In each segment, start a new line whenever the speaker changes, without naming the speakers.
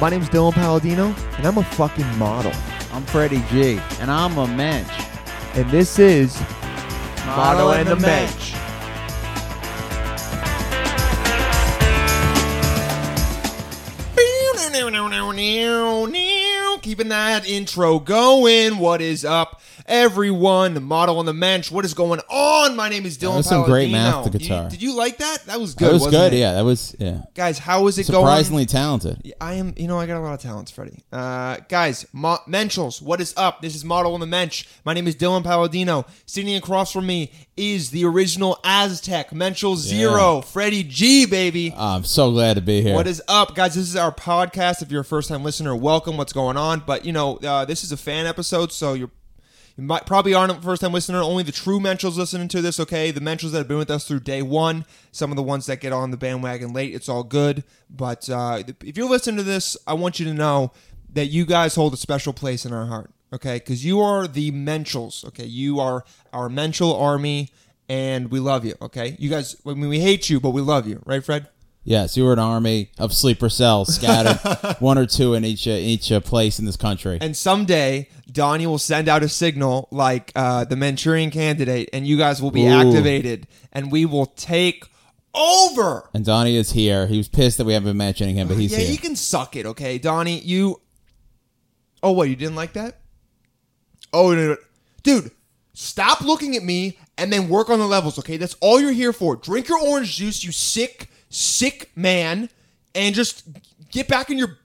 My name's Dylan Palladino, and I'm a fucking model.
I'm Freddie G, and I'm a mensch.
And this is Model and the Mensch.
Keeping that intro going. What is up, everyone? The model on the bench. What is going on? My name is Dylan.
was some great
Palladino.
math to
You-
guitar.
did you like that? That was good.
That was
wasn't
good.
it?
Yeah, that was yeah.
Guys, how is it going?
Surprisingly talented.
I am, you know, I got a lot of talents, Freddie. Uh, guys, Mo- Menschels, what is up? This is Model on the Mensch. My name is Dylan Palladino. Sitting across from me is the original Aztec, Menschel Zero, Freddie G, baby.
Ah, I'm so glad to be here.
What is up, guys? This is our podcast. If you're a first time listener, welcome. What's going on? But, you know, uh, this is a fan episode, so you're. You might, probably aren't a first time listener. Only the true Menschels listening to this, okay? The Menschels that have been with us through day one, some of the ones that get on the bandwagon late, it's all good. But uh, if you're listening to this, I want you to know that you guys hold a special place in our heart, okay? Because you are the Menschels, okay? You are our Menschel army, and we love you, okay? You guys, I mean, we hate you, but we love you, right, Fred?
yes, you were an army of sleeper cells scattered, one or two in each uh, each uh, place in this country.
And someday Donnie will send out a signal like uh, the Manchurian candidate, and you guys will be
Ooh.
activated, and we will take over.
And Donnie is here. He was pissed that we haven't been mentioning him, but he's
Yeah,
here.
you can suck it, okay, Donnie. You. Oh, what? You didn't like that? Oh, no, no. dude, stop looking at me and then work on the levels, okay? That's all you're here for. Drink your orange juice, you sick, sick man, and just get back in your.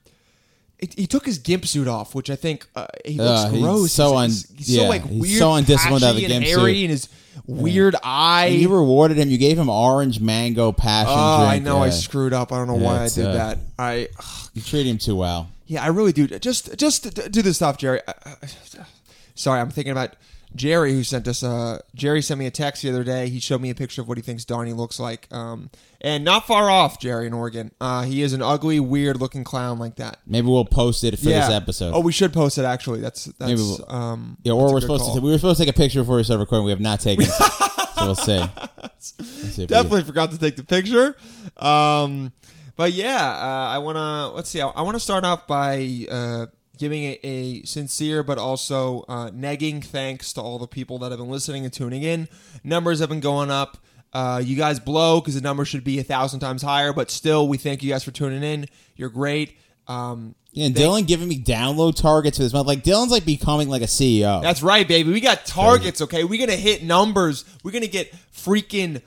It, he took his gimp suit off, which I think uh, he looks
Ugh, he's
gross.
so un-
he's, he's so
yeah,
like
he's
weird,
so undisciplined to have a
patchy and
gimp suit.
hairy, and his weird eye.
And you rewarded him. You gave him orange mango passion
oh,
drink.
I know I
yeah.
screwed up. I don't know why I
it's,
did
uh,
that. I.
You treated him too well.
Yeah, I really do. Just just d- do this stuff, Jerry. Uh, uh, Sorry, I'm thinking about Jerry who sent us. Uh, Jerry sent me a text the other day. He showed me a picture of what he thinks Donnie looks like, um, and not far off, Jerry in Oregon. Uh, he is an ugly, weird-looking clown like that.
Maybe we'll post it for
yeah.
this episode.
Oh, we should post it actually. That's that's
Maybe we'll-
um.
yeah,
that's
or
a
we're
good
supposed
call.
to. We were supposed to take a picture before we started recording. We have not taken. it. so we'll see. We'll see if we-
definitely forgot to take the picture. Um, but yeah, uh, I want to let's see. I, I want to start off by uh, giving a, a sincere but also uh, negging thanks to all the people that have been listening and tuning in. Numbers have been going up. Uh, you guys blow because the number should be a thousand times higher, but still, we thank you guys for tuning in. You're great. Um,
Yeah, and Dylan giving me download targets for this month. Like Dylan's like becoming like a E CEO.
That's right, baby. We got targets, okay? We're going to hit numbers. We're going to get freaking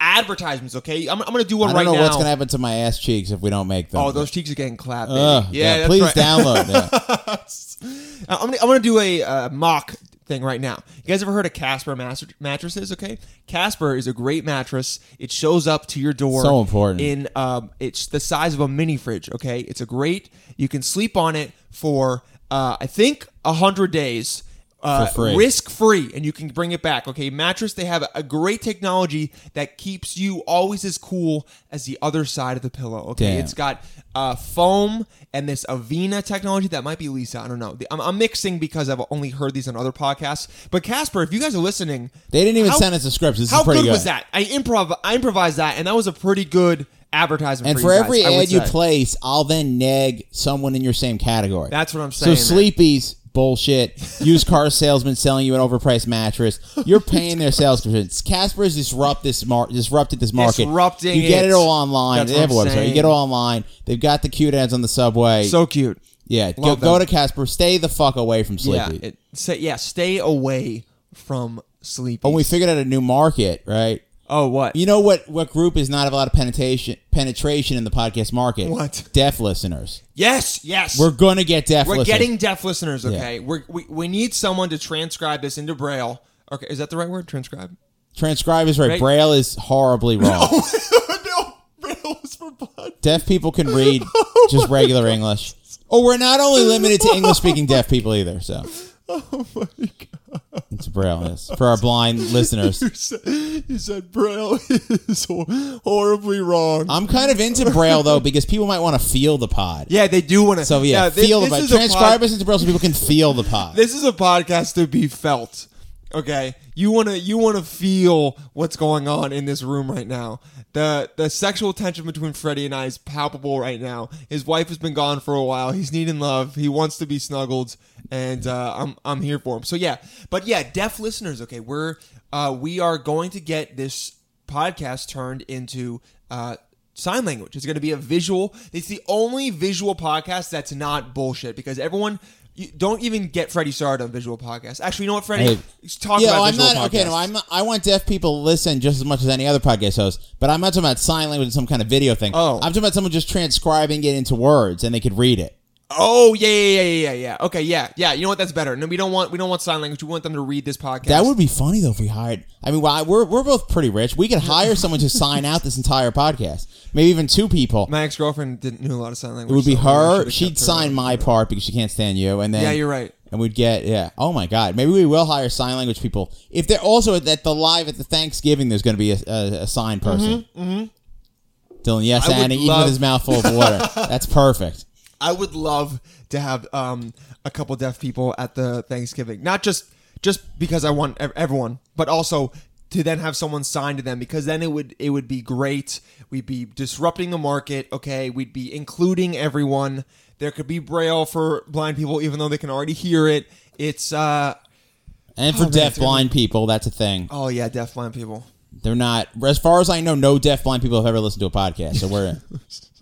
advertisements, okay? I'm, I'm going to do one
I don't
right
know
now.
what's gonna happen to my ass cheeks if we don't make them.
Oh, those cheeks are getting clapped. Baby.
Ugh,
yeah, that's
please
right.
download that.
Uh, I'm gonna, I'm gonna do a uh, mock thing right now. You guys ever heard of Casper mas- mattresses? Okay, Casper is a great mattress. It shows up to your door.
So important.
In um, it's the size of a mini fridge. Okay, it's a great. You can sleep on it for uh, I think hundred days. Uh,
For free.
Risk free, and you can bring it back. Okay, mattress. They have a great technology that keeps you always as cool as the other side of the pillow. Okay,
Damn.
it's got uh, foam and this Avena technology that might be Lisa. I don't know. I'm, I'm mixing because I've only heard these on other podcasts. But Casper, if you guys are listening,
They didn't even
How-
send us the scripts. This
how
is pretty
good,
good.
was that? I improv, I improvised that, and that was a pretty good advertisement.
And
for,
for
you guys,
every
I would
ad you
say.
place, I'll then nag someone in your same category.
That's what I'm
So
saying, man.
sleepies bullshit. Used car salesman selling you an overpriced mattress. You're paying their sales commissions. Casper's disrupt this mar- disrupted this market.
Disrupting
You get it
it.
all online.
That's
they have a
what I'm
website. You
saying.
get it all online. They've got the cute ads on the subway.
so cute.
yeah, go,
love
go to
them.
Casper. Stay the fuck away from
Yeah,
Sleepy.
it, say, yeah. Stay away from sleepy.
when we figured out a new market, right?
oh, what?
You know what? What group is not have a lot of penetration penetration in the podcast market?
What?
deaf listeners?
yes, yes.
We're gonna get deaf.
We're
listeners.
getting deaf listeners. Okay, We're, we we need someone to transcribe this into Braille. Okay, is that the right word? Transcribe.
transcribe is right.
Right.
Braille is horribly wrong.
no, Braille is for blood.
Deaf people can read just regular English. Oh, we're not only limited to English speaking deaf people either. So. Oh my god! It's Braille. Yes, for our blind listeners.
You said, you said Braille is hor- horribly wrong.
I'm kind of into Braille though because people might want to feel the pod.
yeah, they do want to.
So yeah, feel the pod.
is a
Transcribe
pod-
us into Braille so people can feel the pod.
This is a podcast to be felt. Okay, you want to you want to feel what's going on in this room right now. The the sexual tension between Freddie and I is palpable right now. His wife has been gone for a while. He's needing love. He wants to be snuggled, and uh, I'm I'm here for him. So yeah, but yeah, deaf listeners, okay, we're uh, we are going to get this podcast turned into uh, sign language. It's going to be a visual. It's the only visual podcast that's not bullshit because everyone. You don't even get Freddie started on visual podcasts. Actually, you know what, Freddie?
Hey.
Talk
Yeah,
about
well, I'm
visual
not okay. No,
podcasts.
I'm not, I want deaf people to listen just as much as any other podcast host, but I'm not talking about sign language and some kind of video thing.
Oh.
I'm talking about someone just transcribing it into words and they could read it.
Oh yeah, yeah, yeah, yeah, yeah. Okay, yeah, yeah. You know what? That's better. No, we don't want we don't want sign language. We want them to read this podcast.
That would be funny though if we hired. I mean, well, we're we're both pretty rich. We could hire someone to sign out this entire podcast. Maybe even two people.
my ex girlfriend didn't knew a lot of sign language.
It would be
so I
her.
should've
She'd
kept her
sign
around.
my part because she can't stand you, and then
Yeah, you're right.
And we'd get yeah. Oh my god, maybe we will hire sign language people. If they're also at the live at the Thanksgiving, there's going to be a, a, a sign person. Mm-hmm, Dylan, yes,
mm-hmm. I would
Annie, even
love-
with his mouth full of water, that's perfect.
I would love to have um a couple deaf people at the Thanksgiving. Not just just because I want ev- everyone, but also to then have someone sign to them because then it would it would be great. We'd be disrupting the market. Okay, we'd be including everyone. There could be braille for blind people, even though they can already hear it. It's uh
And for
man,
deaf
it's gonna
blind people, that's a thing.
oh yeah, deaf blind people.
They're not, as far as I know, no deaf blind people have ever listened to a podcast. So we're in.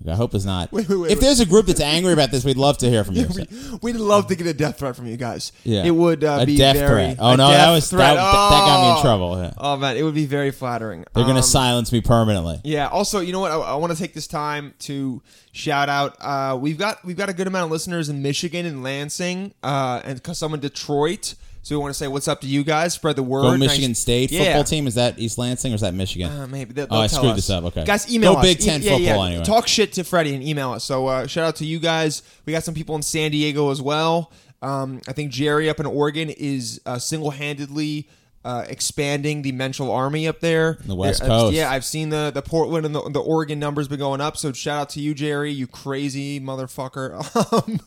I hope it's not.
wait, wait,
if
wait.
there's a group that's angry about this, we'd love to hear from you. so.
We'd love to get a death threat from you guys.
Yeah.
It would uh,
a
be
death
very,
threat. Oh
a
no,
death
that was that,
threat.
that got me in
Oh!
trouble. Yeah.
Oh man, it would be very flattering.
They're gonna
Um,
silence me permanently.
Yeah. Also, you know what? I, I want to take this time to shout out. Uh, we've got we've got a good amount of listeners in Michigan and Lansing, uh, and 'cause some in Detroit. So we want to say what's up to you guys. Spread the word.
Go Michigan
Nice-
State
Yeah.
football team. Is that East Lansing or is that Michigan?
Uh, maybe they
Oh, I
tell
screwed
us.
this up. Okay.
guys, email
Go
us. E-
Big Ten
yeah, yeah.
football anyway.
Talk shit to Freddie and email us. So uh, shout out to you guys. We got some people in San Diego as well. Um, I think Jerry up in Oregon is uh, single-handedly uh, expanding the mental army up there.
The West
There- I've-
Coast.
yeah, I've seen the the Portland and the, the Oregon numbers been going up. So shout out to you, Jerry. You crazy motherfucker. um,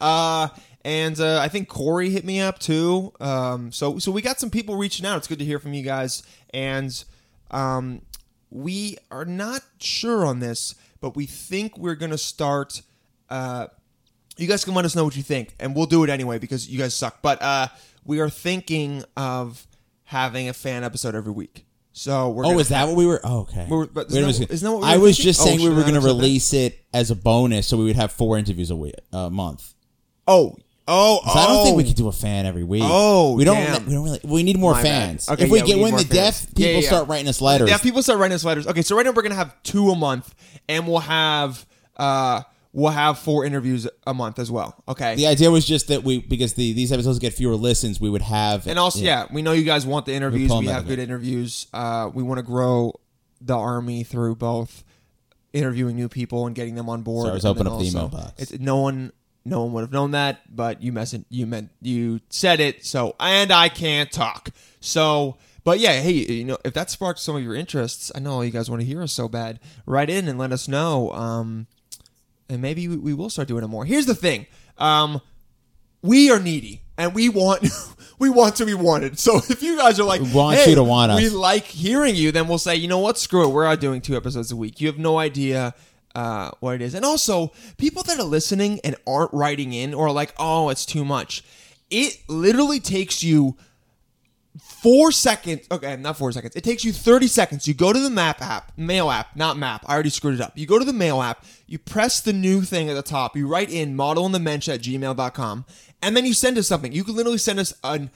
uh, and uh, I think Corey hit me up too. Um, so so we got some people reaching out. It's good to hear from you guys. And um, we are not sure on this, but we think we're gonna start. Uh, you guys can let us know what you think, and we'll do it anyway because you guys suck. But uh, we are thinking of having a fan episode every week. So we're
Oh,
gonna-
is that what we were? Oh, okay.
We were- but
Wait
isn't
a minute.
that- isn't that what we
I
were
was
thinking?
just saying
Oh,
we
should I
were going to
have said that?
release it as a bonus, so we would have four interviews a week, a month.
Oh, oh, oh!
'Cause I don't think we could do a fan every week.
Oh,
we don't.
damn.
We don't really. We need more
My bad.
fans.
Okay,
if we
yeah, we
get
need
when
more
the
fans.
deaf
Yeah,
people
yeah, yeah.
start writing us letters,
Yeah, people start writing us letters. Okay, so right now we're gonna have two a month, and we'll have uh we'll have four interviews a month as well. Okay.
the idea was just that we because the these episodes get fewer listens, we would have
And also, yeah. we know you guys want the interviews.
pulling
We
back
have
a
good
bit.
interviews. Uh, we want to grow the army through both interviewing new people and getting them on board.
So I was
and
opening
then
up the email
also-
box.
It's, no one, no one would have known that, but you mess You meant you said it. So and I can't talk. So. But yeah, hey, you know, if that sparked some of your interests, I know you guys want to hear us so bad. Write in and let us know. Um, and maybe we, we will start doing it more. Here's the thing. Um, we are needy and we want we want to be wanted. So if you guys are like,
We want
"Hey,
you to want us."
we like hearing you, then we'll say, you know what, screw it, we're out doing two episodes a week. You have no idea uh, what it is, and also people that are listening and aren't writing in or are like, oh, it's too much. It literally takes you four seconds. Okay, not four seconds. It takes you 30 seconds. You go to the map app, mail app, not map. I already screwed it up. You go to the mail app, you press the new thing at the top, you write in model in the mensch at gmail.com, and then you send us something. You can literally send us a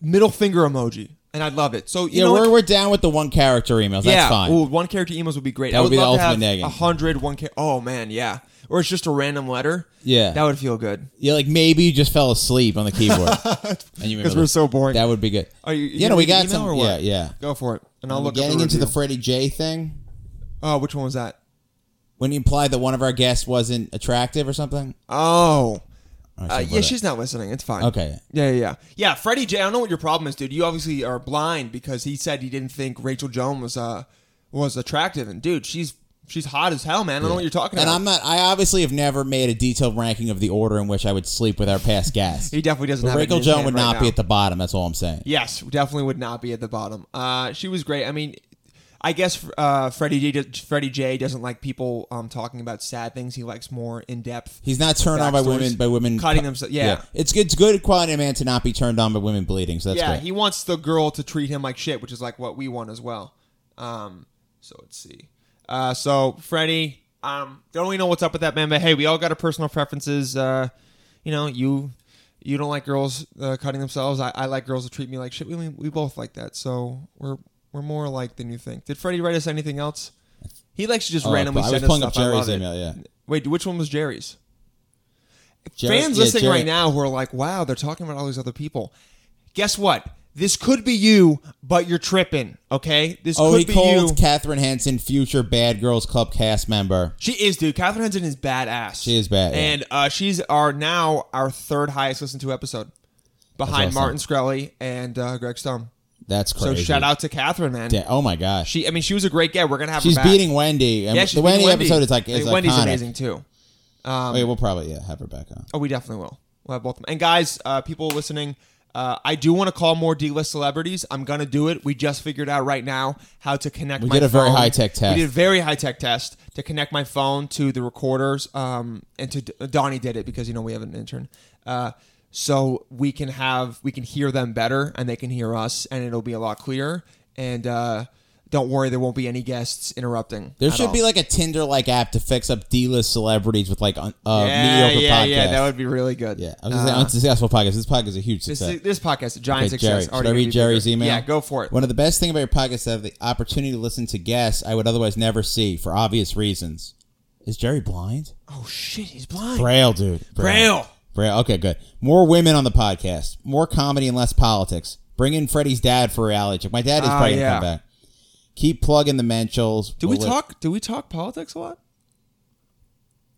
middle finger emoji, and I'd love it. So, you
yeah,
know,
we're,
what?
we're down with the one character emails. That's
yeah,
fine.
Ooh, one character emails would be great.
That
I
would
would
be the
love to
ultimate
have
nagging.
100 one char- Oh, man, yeah. Or it's just a random letter.
Yeah.
That would feel good.
Yeah, like maybe you just fell asleep on the keyboard. and you remember
'Cause we're
this.
so boring.
That would be good.
Are you- you
yeah, no,
gonna
we
read the
got
email
some.
or
Yeah,
what?
yeah.
Go for it, and I'll look up
Getting into the
review.
Freddie J thing
Oh, which one was that?
when you implied that one of our guests wasn't attractive or something.
Oh.
Or
Uh,
something
yeah,
like
she's not listening. It's fine.
that. okay.
Yeah, yeah, yeah. Yeah, Freddie J. I don't know what your problem is, dude. You obviously are blind because he said he didn't think Rachel Jones was uh was attractive, and dude, she's she's hot as hell, man. I don't know what you're talking
And
about.
I'm not. I obviously have never made a detailed ranking of the order in which I would sleep with our past guests.
he definitely doesn't.
But
have it in
Rachel
his
Joan
hand
would
right
not
now.
be at the bottom. That's all I'm saying.
Yes, definitely would not be at the bottom. Uh, she was great. I mean, I guess uh, Freddie J, Freddie J doesn't like people um, talking about sad things. He likes more in depth.
He's not turned on by
Backstories.
women by women
Cutting themselves- yeah.
It's good. It's good quality of man to not be turned on by women bleeding. So that's
yeah,
great.
he wants the girl to treat him like shit, which is like what we want as well. Um, so let's see. Uh, so Freddie, um, don't really know what's up with that man, but hey, we all got our personal preferences. Uh, you know, you you don't like girls uh, cutting themselves. I, I like girls to treat me like shit. We we both like that, so we're we're more alike than you think. Did Freddie write us anything else? He likes to just
Oh,
randomly
I was
send us
pulling up
stuff. I love
Jerry's
it.
email. Yeah.
Wait, which one was Jerry's?
Jerry-
Fans
yeah,
listening
Jerry-
right now who are like, wow, they're talking about all these other people. Guess what? This could be you, but you're tripping, okay? This
Oh,
could
he
be
called
you.
Catherine Hansen future Bad Girls Club cast member.
she is, dude. Catherine Henson is badass.
She is bad, yeah.
And uh, she's our now our third highest listened to episode behind
awesome.
Martin Screlly and uh, Greg Stone.
That's
So
crazy.
shout out to Catherine, man.
Da- Oh my gosh.
She, I mean, she was a great guest. We're going to have
she's
her back.
beating Wendy. And
yeah, she's
the
beating
Wendy,
Wendy.
episode is like is
Hey, Wendy's
iconic.
amazing, too.
Wait, we'll probably yeah have her back on.
Oh, we definitely will. We'll have both of them. And guys, uh, people listening, uh, I do want to call more D-list celebrities. I'm gonna do it. We just figured out right now how to connect.
We
my
did a very
phone.
high-tech test.
We did a very high tech test to connect my phone to the recorders. Um, and to Donnie did it because you know we have an intern. Uh, so we can have we can hear them better and they can hear us and it'll be a lot clearer. And uh, don't worry, there won't be any guests interrupting.
There
at
should
all.
be like a Tinder like app to fix up D list celebrities with like un- uh,
yeah,
mediocre
yeah,
podcasts.
yeah. That would be really good.
yeah, I was gonna say unsuccessful podcast. This podcast is a huge
This,
success.
is, this podcast, a giant
Okay, Jerry,
success.
should
already
I
gonna
read
be
Jerry's
bigger.
email?
Yeah, go for it.
One of the best things about your podcast is I have the opportunity to listen to guests I would otherwise never see for obvious reasons. Is Jerry blind?
Oh shit, he's blind.
Braille, dude.
Braille.
Braille. Okay, good. More women on the podcast. More comedy and less politics. Bring in Freddie's dad for a reality check. My dad is
Oh,
probably
yeah.
gonna come back. Keep plugging the Menschels.
Do we
We'll-
talk? Do we talk politics a lot?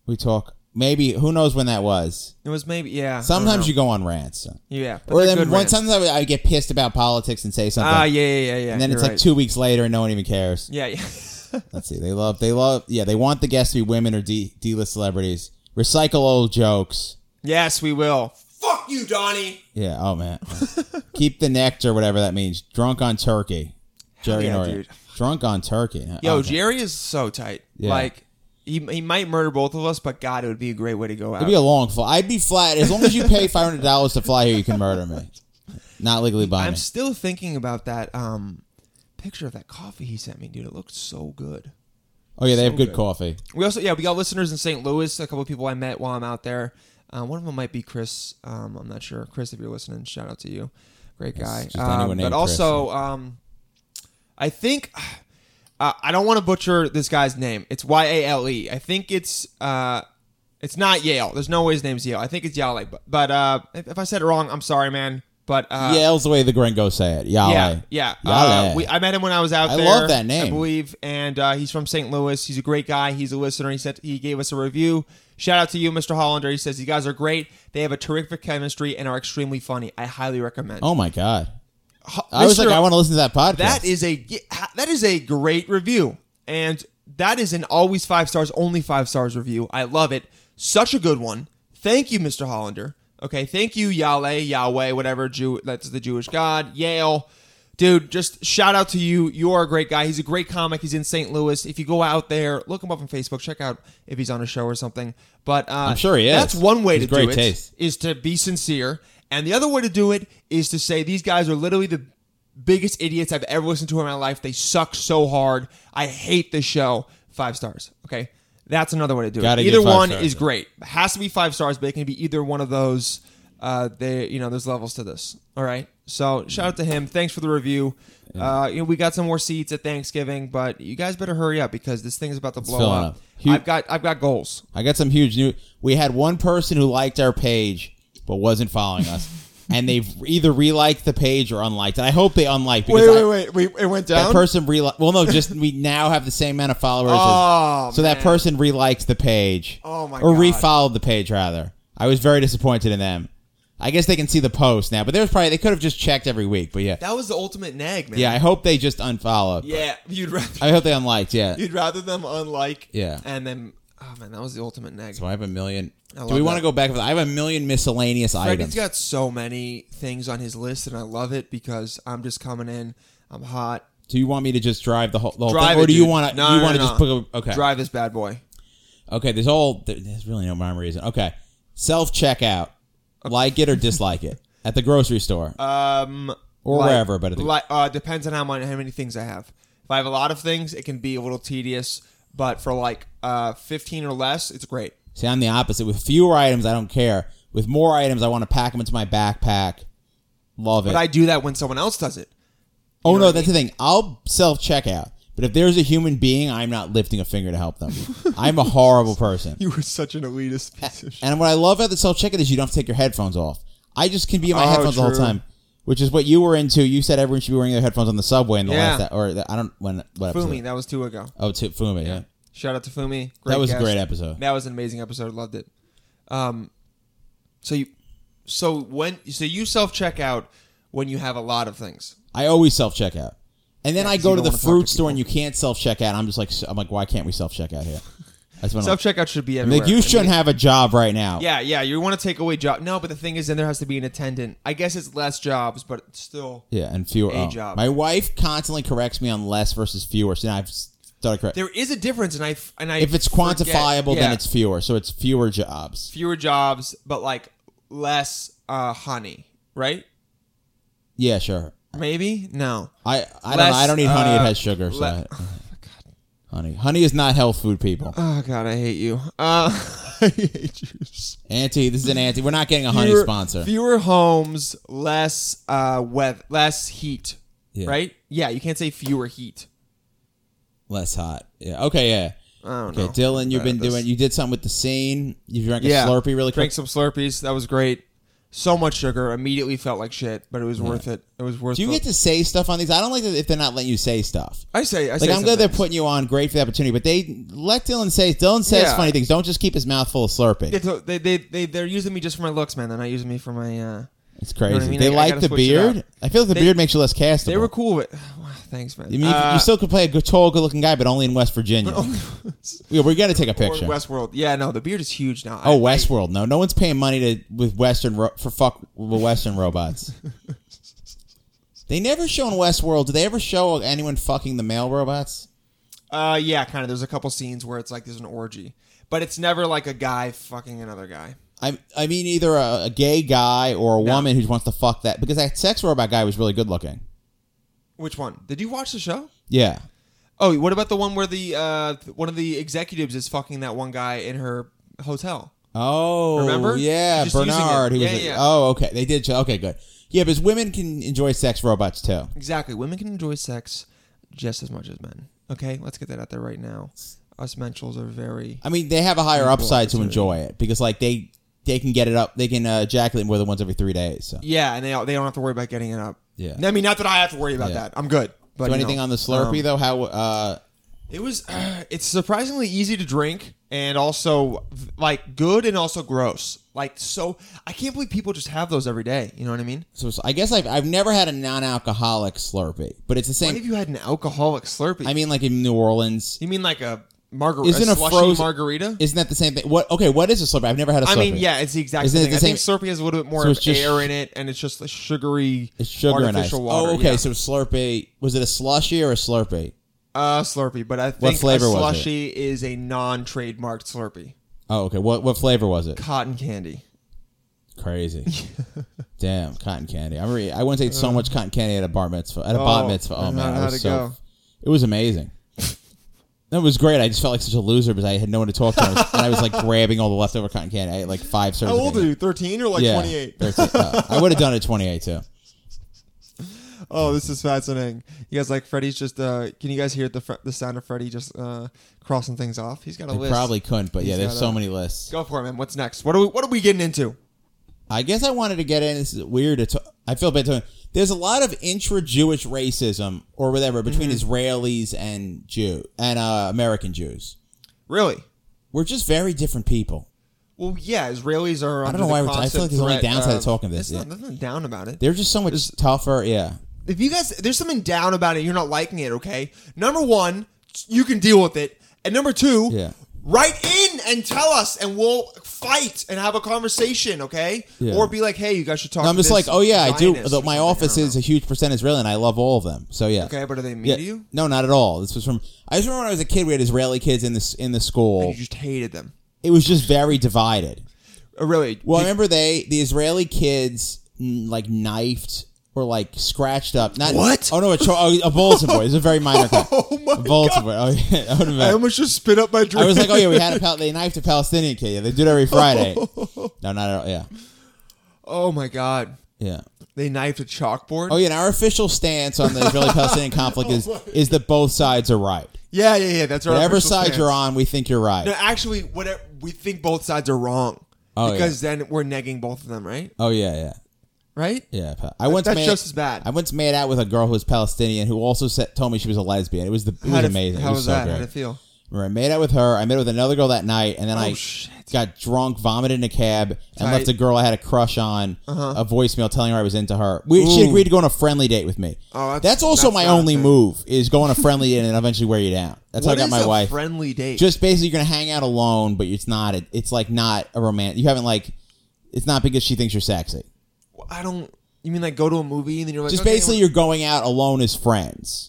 We talk. Maybe who knows when that was?
It was maybe yeah.
Sometimes you go on rants.
yeah. but
Or
they're
then
good
one,
rants.
sometimes I would- I would get pissed about politics and say something,
Ah yeah yeah yeah yeah.
and then
you're
it's like
right.
two weeks later and no one even cares.
Yeah yeah.
Let's see. They love. They love. Yeah, they want the guests to be women or D D list celebrities. Recycle old jokes.
yes, we will. Fuck you, Donnie.
Yeah. Oh man. Keep the nectar, whatever that means. Drunk on turkey. Jerry
yeah,
Norton.
dude.
Drunk on turkey. huh?
Yo,
Okay.
Jerry is so tight.
Yeah.
Like he, he might murder both of us, but God, it would be a great way to go out.
It'd be a long flight. I'd be flat. As long as you pay five hundred dollars to fly here, you can murder me. Not legally
I'm
binding.
still thinking about that um picture of that coffee he sent me, dude. It looked so good.
oh yeah, they have
so
good,
good.
coffee.
We also, yeah, we got listeners in St. Louis. A couple of people I met while I'm out there. Um, one of them might be Chris. Um, I'm not sure. Chris, if you're listening, shout out to you. Great guy.
just
Um,
anyone
but
named
also, um, I think uh, I don't want to butcher this guy's name. It's Y A L E. I think it's uh, it's not Yale. There's no way his name's Yale. I think it's Yale. But, but uh, if, if I said it wrong, I'm sorry, man. But uh,
Yale's the way the gringos say it. Yale.
yeah, yeah. Uh,
Yale.
we, I met him when I was out
I
there.
love that name.
I believe, and uh, he's from St. Louis. He's a great guy. He's a listener. He sent, he gave us a review. Shout out to you, Mr. Hollander. He says you guys are great. They have a terrific chemistry and are extremely funny. I highly recommend.
oh my god.
Ho-
I was
Mr.
like, I want to listen to that podcast.
That is a that is a great review, and that is an always five stars, only five stars review. I love it. Such a good one. Thank you, Mr. Hollander. Okay, thank you, Yahweh, Yahweh, whatever Jew that's the Jewish God, Yale. Dude, just shout out to you. You are a great guy. He's a great comic. He's in St. Louis. If you go out there, look him up on Facebook. Check out if he's on a show or something. But uh, I'm
sure he is.
That's one way
He's
to do
great
it
taste.
is to be sincere. And the other way to do it is to say these guys are literally the biggest idiots I've ever listened to in my life. They suck so hard. I hate this show. Five stars. Okay. That's another way to do
Gotta
it.
give
Either
five
one
stars,
is
yeah.
great. Has to be five stars, but it can be either one of those. Uh, they, you know, there's levels to this. All right. So shout out to him. Thanks for the review. Uh, you know, we got some more seats at Thanksgiving, but you guys better hurry up because this thing is about to blow
filling
up.
up. Hu-
I've got, I've got goals.
I got some huge new. We had one person who liked our page but wasn't following us, and they've either reliked the page or unliked it. I hope they unliked because I-
wait, wait. It went
that person reliked. Well, no, just we now have the same amount of followers.
Oh,
as, so that
man.
person reliked the page.
Oh, my
Or
God.
refollowed the page rather. I was very disappointed in them. I guess they can see the post now, but there was probably they could have just checked every week. But yeah,
That was the ultimate nag, man.
yeah. I hope they just unfollowed.
Yeah, you'd rather
I hope they unliked. Yeah.
you'd rather them unlike.
Yeah.
And then, oh man, that was the ultimate nag.
So I have a million. Do
love
we
that.
want to go back? I have a million miscellaneous
Freddie's
items.
got so many things on his list, and I love it because I'm just coming in. I'm hot.
Do you want me to just drive the whole, the whole
Drive
thing,
it,
or do you
dude.
want to?
No,
you
no,
want to
no.
just put a, okay?
Drive this bad boy.
Okay, there's all there- there's really no rhyme or reason. Okay, self checkout, like it or dislike it at the grocery store
Um,
or
like-
wherever. But at the,
like, uh, depends on how many, how many things I have. If I have a lot of things, it can be a little tedious. But for like uh, fifteen or less, it's great.
see, I'm the opposite. With fewer items, I don't care. With more items, I want to pack them into my backpack. Love it.
But I do that when someone else does it.
oh no, that's the thing. I'll self checkout, but if there's a human being, I'm not lifting a finger to help them. I'm a horrible person.
You were such an elitist piece of shit.
And what I love about the self checkout is you don't have to take your headphones off. I just can be in my
Oh,
headphones the whole
true.
time, which is what you were into. You said everyone should be wearing their headphones on the subway in the
Yeah.
last e- or the, I don't when what
Fumi,
episode?
that was two ago.
Oh, to Fumi. Yeah,
Shout out to Fumi. Great
that was
guest.
a great episode.
That was an amazing episode. Loved it. Um, so you, so when so you self check out when you have a lot of things.
I always self checkout, and then I
'cause
go
you
to
don't
the
wanna talk
fruit
to
store and you can't self checkout. I'm just like I'm like, why can't we self checkout here? That's when I'm
Self checkout should be everywhere.
like, you shouldn't have a job right now.
Yeah, yeah. You want to take away job? No, but the thing is, then there has to be an attendant. I guess it's less jobs, but it's still
yeah, and fewer.
A
oh.
job.
My wife constantly corrects me on less versus fewer. So now I've started correct.
there is a difference. And I f- and I
If it's
forget-
quantifiable, then
yeah,
it's fewer. So it's fewer jobs.
fewer jobs, but like less uh, honey, right?
Yeah, sure.
Maybe no.
I I don't
Less,
know. I don't eat honey.
uh,
it has sugar. So
le-
I- honey, honey is not health food, people.
Oh God, I hate you. Uh, I hate you. so
Auntie, this is an auntie. We're not getting a honey
fewer,
sponsor.
Fewer homes, less uh weather, less heat.
Yeah.
Right? Yeah, you can't say fewer heat.
Less hot. Yeah. Okay. Yeah.
I don't
Okay,
know.
Dylan, you've
Uh,
been
this-
doing. You did something with the scene. You drank a
Yeah.
Slurpee really
Drank
quick.
some Slurpees. That was great. So much sugar. Immediately felt like shit, but it was worth it. It was worth.
Do you
the-
get to say stuff on these? I don't like that if they're not letting you say stuff.
I say. I
Like
say
I'm glad they're
something.
putting you on. Great for the opportunity, but they let Dylan say. Dylan says
Yeah.
funny things. Don't just keep his mouth full of Slurpee.
Yeah, so they, they they they're using me just for my looks, man. They're not using me for my. uh
It's crazy.
what I mean?
They
I- I
like
gotta
the
switch it up.
beard. I feel like the
They-
beard makes you less castable.
They were cool with. Thanks, man.
I mean, you-
Uh,
you still could play a good, tall, good-looking guy, but only in West Virginia. yeah, we got to take a
or
picture.
Westworld. Yeah, no, the beard is huge now.
oh,
I- I-
Westworld. No, no one's paying money to with Western ro- for fuck with Western robots. they never show in Westworld. Do they ever show anyone fucking the male robots?
Uh, yeah, kind of. There's a couple scenes where it's like there's an orgy, but it's never like a guy fucking another guy.
I, I mean, either a, a gay guy or a
No.
woman who wants to fuck that because that sex robot guy was really good looking.
Which one? Did you watch the show?
Yeah,
Oh, what about the one where the uh th- one of the executives is fucking that one guy in her hotel?
Oh,
Remember?
Yeah,
Just using it.
Bernard. Who was
Yeah,
like,
yeah.
Oh, okay. They did. show- Okay, good. Yeah, because women can enjoy sex robots too.
Exactly. Women can enjoy sex just as much as men. Okay, let's get that out there right now. Us menstruals are very.
I mean, they have a higher
Equal
upside to
opportunity.
enjoy it because, like, they they can get it up. They can uh, ejaculate more than once every three days. So,
Yeah, and they they don't have to worry about getting it up.
Yeah.
I mean, not that I have to worry about
Yeah.
that. I'm good. But
so
you
anything
know,
on the Slurpee
um,
though? How? Uh,
It was. it's surprisingly easy to drink and also like good and also gross. Like so, I can't believe people just have those every day. You know what I mean?
so, so I guess I've I've never had a non-alcoholic Slurpee, but it's the
What
same.
if you had an alcoholic Slurpee?
I mean, like in New Orleans,
you mean like a margarita?
Isn't a
slushy
frozen-
margarita?
isn't that the same thing? What? Okay, what is a Slurpee? I've never had a Slurpee.
I mean, yeah, it's the exact
Isn't
same
it
thing. I
the
think Slurpee has a little bit more
So
of
it's just-
air in it, and it's just a sugary,
It's sugar and ice.
artificial water.
oh, okay.
yeah.
So Slurpee was it a slushy or a Slurpee?
uh, Slurpee, but I think
flavor
a
was it?
slushy is a non-trademarked Slurpee.
Oh, okay. What what flavor was it?
Cotton candy.
Crazy. Damn, cotton candy. I remember I once ate so much cotton candy at a bar mitzvah. At a bat
Uh. Oh,
mitzvah.
I
Oh
don't
man,
know how
I was
to
so.
go.
It was amazing. It was great. I just felt like such a loser because I had no one to talk to, and I was, and I was like grabbing all the leftover cotton candy. I ate like five servings.
How old
of
are
it.
you? Thirteen or like
Yeah,
twenty-eight?
13. Uh, I would have done it at twenty-eight too.
Oh, this is fascinating. You guys like Freddy's just uh can you guys hear the fr- the sound of Freddy just uh crossing things off? He's got a
I
list.
probably couldn't, but yeah,
He's
there's
got
so
a-
many lists.
Go for it, man. What's next? What are we what are we getting into?
I guess I wanted to get in. This is weird. It's, I feel bad. Talking. There's a lot of intra-Jewish racism or whatever between
Mm-hmm.
Israelis and Jew and uh, American Jews.
Really?
We're just very different people.
Well, yeah, Israelis are
I
under
don't know
the
why we're- I feel
constant
like there's only
threat
downside to
of-
talking this,
There's
yeah.
not- nothing down about it.
They're just so much tougher. Yeah.
If you guys there's something down about it, you're not liking it, okay? Number 1, you can deal with it. And number 2,
Yeah.
write in and tell us and we'll fight and have a conversation, okay?
Yeah.
Or be like, hey, you guys should talk.
And I'm
to
just
this
like, oh yeah, I do.
Zionist
The,
or something, I
my
don't
office
know.
is a huge percent Israeli, and I love all of them. So yeah.
okay, but are they mean
Yeah.
to you?
No, not at all. This was from. I just remember when I was a kid, we had Israeli kids in this in the
You
school.
just hated them.
It was just very divided.
Uh, really?
Well, I remember they the Israeli kids mm, like knifed or like scratched up. Not
What?
Oh no, a, cho- oh, a bulletin boy. It's a very minor. crime.
Oh my
a bulletin boy. Oh, yeah. I, would've been-
I almost just spit up my drink.
I was like, oh yeah, we had a pal- they knifed a Palestinian kid. Yeah, they do it every Friday. no, not at all. Yeah,
oh my god,
yeah.
they knifed a chalkboard.
Oh yeah, and our official stance on the Israeli-Palestinian conflict is is that both sides are right.
yeah, yeah, yeah. That's Oh our
Whatever
official
side
stance.
you're on, we think you're right.
No, actually, whatever we think both sides are wrong
Oh,
because then we're negging both of them, right?
Oh yeah, yeah,
Right?
yeah. pa- I once
that's
made,
just as bad.
I once made out with a girl who was Palestinian who also said, told me she was a lesbian. It was the it was
How'd
amazing.
How
it was,
was
so
that?
great.
How'd it feel?
Remember, I made out with her. I met with another girl that night, and then I
Oh, shit.
got drunk, vomited in a cab, and
Tight. Uh-huh.
left a girl I had a crush on a voicemail telling her I was into her. We, she agreed to go on a friendly date with me.
Oh, that's-
also
that's
my
not a
only
thing.
move is go on a friendly date and then eventually wear you down. That's
What
how I
is
got my
a
wife.
friendly date?
Just basically, you're gonna hang out alone, but it's not. A, it's like not a romance. You haven't like. It's not because she thinks you're sexy.
I don't. You mean like go to a movie and then you're like
Just
okay,
basically,
well-
you're going out alone as friends.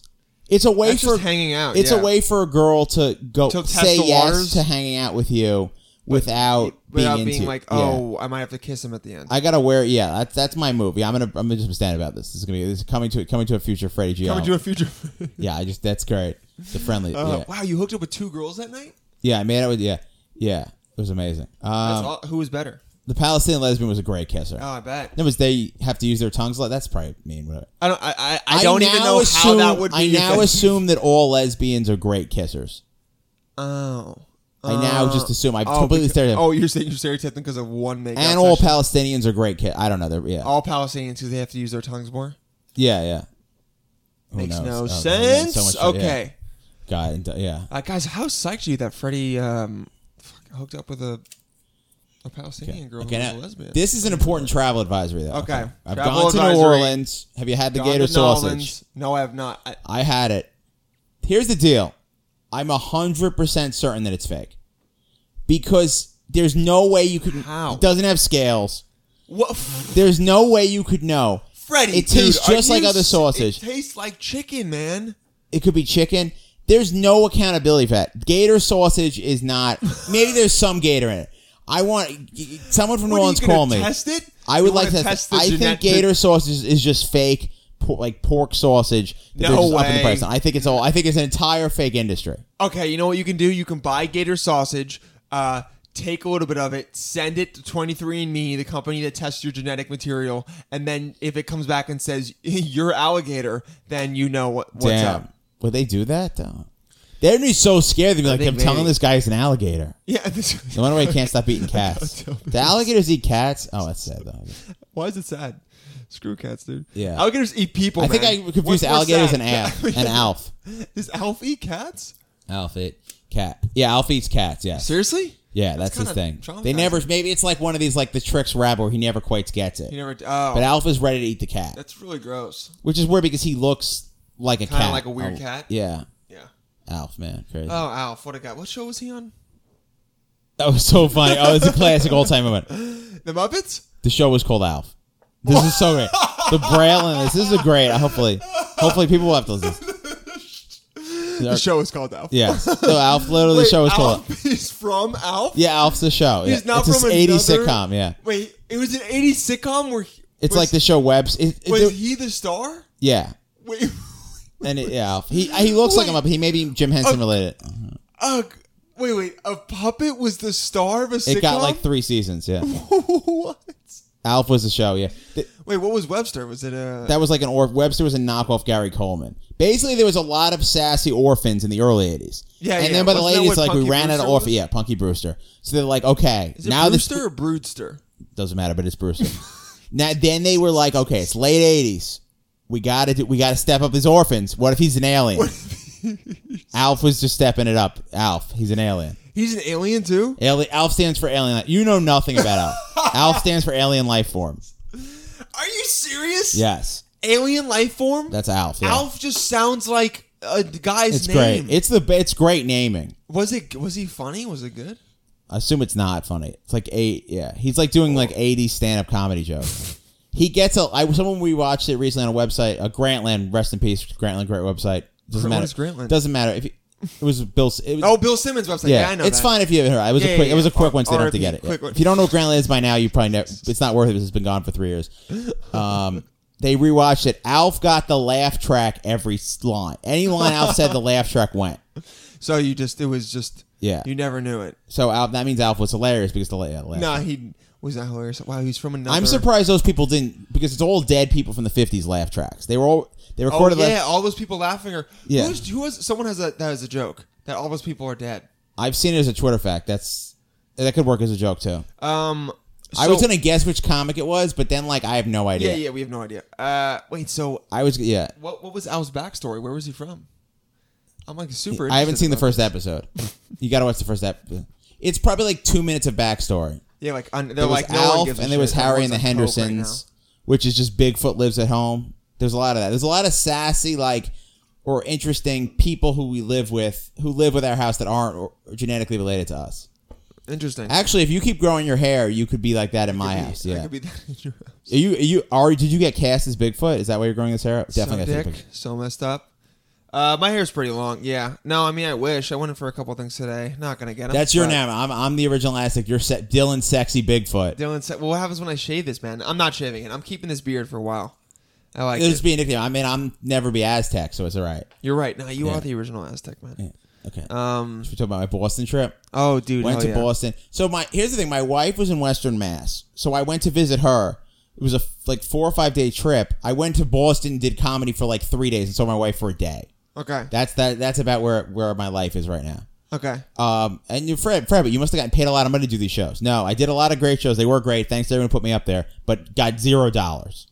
It's a way
That's
for
just hanging out,
It's
yeah.
a way for a girl to go
To test
say
the
yes
waters.
to hanging out with you without
without
being,
being,
into,
like,
yeah.
oh, I might have to kiss him at the end.
I gotta wear. Yeah, that's that's my movie. I'm gonna I'm gonna just stand about this. This is gonna be this is coming to coming to a future Freddie G.
Coming to a future.
yeah, I just that's great. The friendly.
Uh,
yeah.
Wow, you hooked up with two girls that night.
yeah, I made out with yeah yeah. It was amazing.
That's
Um,
all, who was better?
the Palestinian lesbian was a great kisser.
Oh, I bet.
No, was they have to use their tongues a lot. That's probably mean. Whatever.
I don't. I. I, I don't even know how that would be.
I now
offensive.
assume that all lesbians are great kissers.
Oh.
I now just assume. I've completely
because,
stereotyped.
Oh, you're saying you're stereotyping because of one makeout
and all
session.
Palestinians are great kiss. I don't know. They're, yeah,
all Palestinians because they have to use their tongues more.
yeah, yeah. Who
Makes
knows?
no
Oh, man,
sense.
so much- yeah.
okay,
God, and- yeah.
uh, guys, how psyched are you that Freddie um, fuck, hooked up with a a Palestinian girl
Okay,
who was
now,
a lesbian?
this is an important travel advisory, though.
Okay.
I've
Travel
gone to New
advisory.
Orleans. Have you had the
Gone
gator
to New
sausage?
Orleans. No, I have not. I,
I had it. Here's the deal. I'm 100% certain that it's fake. Because there's no way you could.
How?
It doesn't have scales.
what,
There's no way you could know.
Freddie?
It
dude,
tastes
are
just like
you
other
s-
sausage.
It tastes like chicken, man.
It could be chicken. There's no accountability for that. Gator sausage is not. Maybe there's some gator in it. I want someone from New
What, are you
Orleans
gonna
call me.
Test it.
I
You
would
wanna
like to
test
test.
the
I
genet-
think gator sausage is just fake, por- like pork sausage. That they're
No
just upping the
way.
price on. I think it's all. I think it's an entire fake industry.
Okay, you know what you can do? You can buy Gator sausage, uh, take a little bit of it, send it to 23andMe, the company that tests your genetic material, and then if it comes back and says you're alligator, then you know what, what's
Damn,
up.
would they do that though? They're gonna be so scared. They'd be like,
think
"I'm telling
they-
this guy he's an alligator."
Yeah, this,
No wonder why he can't stop eating cats. The alligators eat cats. Oh, that's sad though.
why is it sad? Screw cats, dude.
Yeah.
alligators eat people.
I think
man.
I
What's
confused
more
alligators
sad?
and alf. And alf.
Does Alf eat cats?
Alf eat cat. Yeah, Alf eats cats. Yeah,
Seriously?
yeah, that's,
That's
his
kinda
thing.
traumatizing.
They never. Maybe it's like one of these like the tricks rabbit where he never quite gets it.
You never. Oh,
But Alf is ready to eat the cat.
that's really gross.
Which is weird because he looks like a
Kinda
cat. Oh,
like a weird cat?
Yeah.
Yeah.
Alf, man. Crazy.
Oh, Alf, what a guy. What show was he on?
That was so funny. Oh, it's a classic old time moment.
The Muppets.
The show was called Alf. This is so great. The braille in this. This is great. Hopefully, hopefully people will have to listen.
The show is called Alf.
Yeah. So Alf, literally,
Wait,
the show was called.
Alf is from Alf.
Yeah, Alf's the show.
He's
yeah.
not
it's
from
an 80s
another-
sitcom. Yeah.
Wait, it was an '80s sitcom where he-
It's
was-
like the show Webs. It, it-
Was
there-
he the star?
yeah.
Wait,
And it, yeah, Alf. He he looks like him up. He may be Jim
Oh.
Henson related.
uh, wait, wait. A puppet was the star of a sitcom.
It got like three seasons. Yeah.
what?
Alf was the show. Yeah. Th-
Wait, what was Webster? Was it a?
That was like an or Webster was a knockoff Gary Coleman. Basically, there was a lot of sassy orphans in the early '80s.
Yeah,
and
yeah.
then by the
Wasn't that
late
what
'80s, like we
Punky
ran out of
Brewster
orphans.
was?
Yeah, Punky Brewster. So they're like, okay,
is it
now
Brewster
this
or Broodster?
doesn't matter, but it's Brewster. now then they were like, okay, it's late '80s. We gotta do, we gotta step up his orphans. What if he's an alien? Alf was just stepping it up. Alf, he's an alien.
He's an alien too.
Ali- Alf stands for alien. You know nothing about Alf. Alf stands for alien life form.
Are you serious?
Yes,
Alien life form.
that's Alf. yeah.
Alf just sounds like a guy's
It's
name.
great. It's the it's great naming.
was it? Was he funny? Was it good?
I assume it's not funny. It's like eight. Yeah, he's like doing like eighty stand-up comedy jokes. he gets a. I someone we watched it recently on a website. A Grantland, rest in peace, Grantland, great website. Doesn't
What
matter.
is Grantland?
Doesn't matter if you, it was Bill. S- It was,
Oh, Bill Simmons website. Yeah,
yeah,
I know.
it's
that.
fine if you haven't heard. It was
Yeah,
a quick.
yeah,
It was a
yeah.
quick one, so they don't have to
RIP,
get it.
quick one.
If you don't know what Grantland is by now, you probably know it's not worth it. It's been gone for three years. Um, they rewatched it. Alf got the laugh track every line. Any line Alf said, the laugh track went.
So you just it was just
Yeah.
You never knew it.
So Alf, that means Alf was hilarious because the la- yeah, laugh.
No, he was that hilarious. Wow, he's from another.
I'm surprised those people didn't because it's all dead people from the 50s laugh tracks. They were all they
Oh
recorded.
yeah,
laugh-
all those people laughing are.
Yeah.
Who's, who was someone has a that is a joke that all those people are dead.
I've seen it as a Twitter fact. That's that could work as a joke too.
Um,
I
so-
was gonna guess which comic it was, but then like I have no idea.
Yeah, yeah, we have no idea. Uh, wait, so
I was yeah.
what what was Al's backstory? Where was he from? I'm like super.
I haven't
interested
seen the
about
first episode. you got to watch the first episode. It's probably like two minutes of backstory.
this. Yeah, like on, they're
There was
like no one
Alf,
gives a
and there was
shit.
Harry and the
Everyone's on coke right
Hendersons, which is just Bigfoot lives at home. There's a lot of that. There's a lot of sassy, like, or interesting people who we live with, who live with our house that aren't or, or genetically related to us.
now. Interesting.
Actually, if you keep growing your hair, you could be like that in my house.
I
Yeah.
could be that in your house.
Are you, are you, are, did you get cast as Bigfoot? Is that why you're growing this hair? out? Definitely.
so
got
dick, so messed up. Uh, my hair's pretty long. Yeah. No, I mean, I wish I went in for a couple things today. Not gonna get them.
That's your name. I'm, I'm the original Aztec. You're se- Dylan Sexy Bigfoot.
Dylan said, "Well, what happens when I shave this, man? I'm not shaving it. I'm keeping this beard for a while. I like
It'll
it.
just be a nickname. I mean, I'm never be Aztec, so it's all right.
You're right. No, you
Yeah.
are the original Aztec, man.
Okay.
Um.
Should we talk about my Boston trip?
Oh, dude.
Went
hell
to
yeah.
Boston. So my here's the thing. My wife was in Western Mass, so I went to visit her. It was a f- like four or five day trip. I went to Boston, did comedy for like three days, and saw my wife for a day.
Okay.
That's that. That's about where where my life is right now.
Okay.
Um, and you, Fred, Fred, but you must have gotten paid a lot of money to do these shows. No, I did a lot of great shows. They were great. Thanks to everyone who put me up there, but got zero dollars.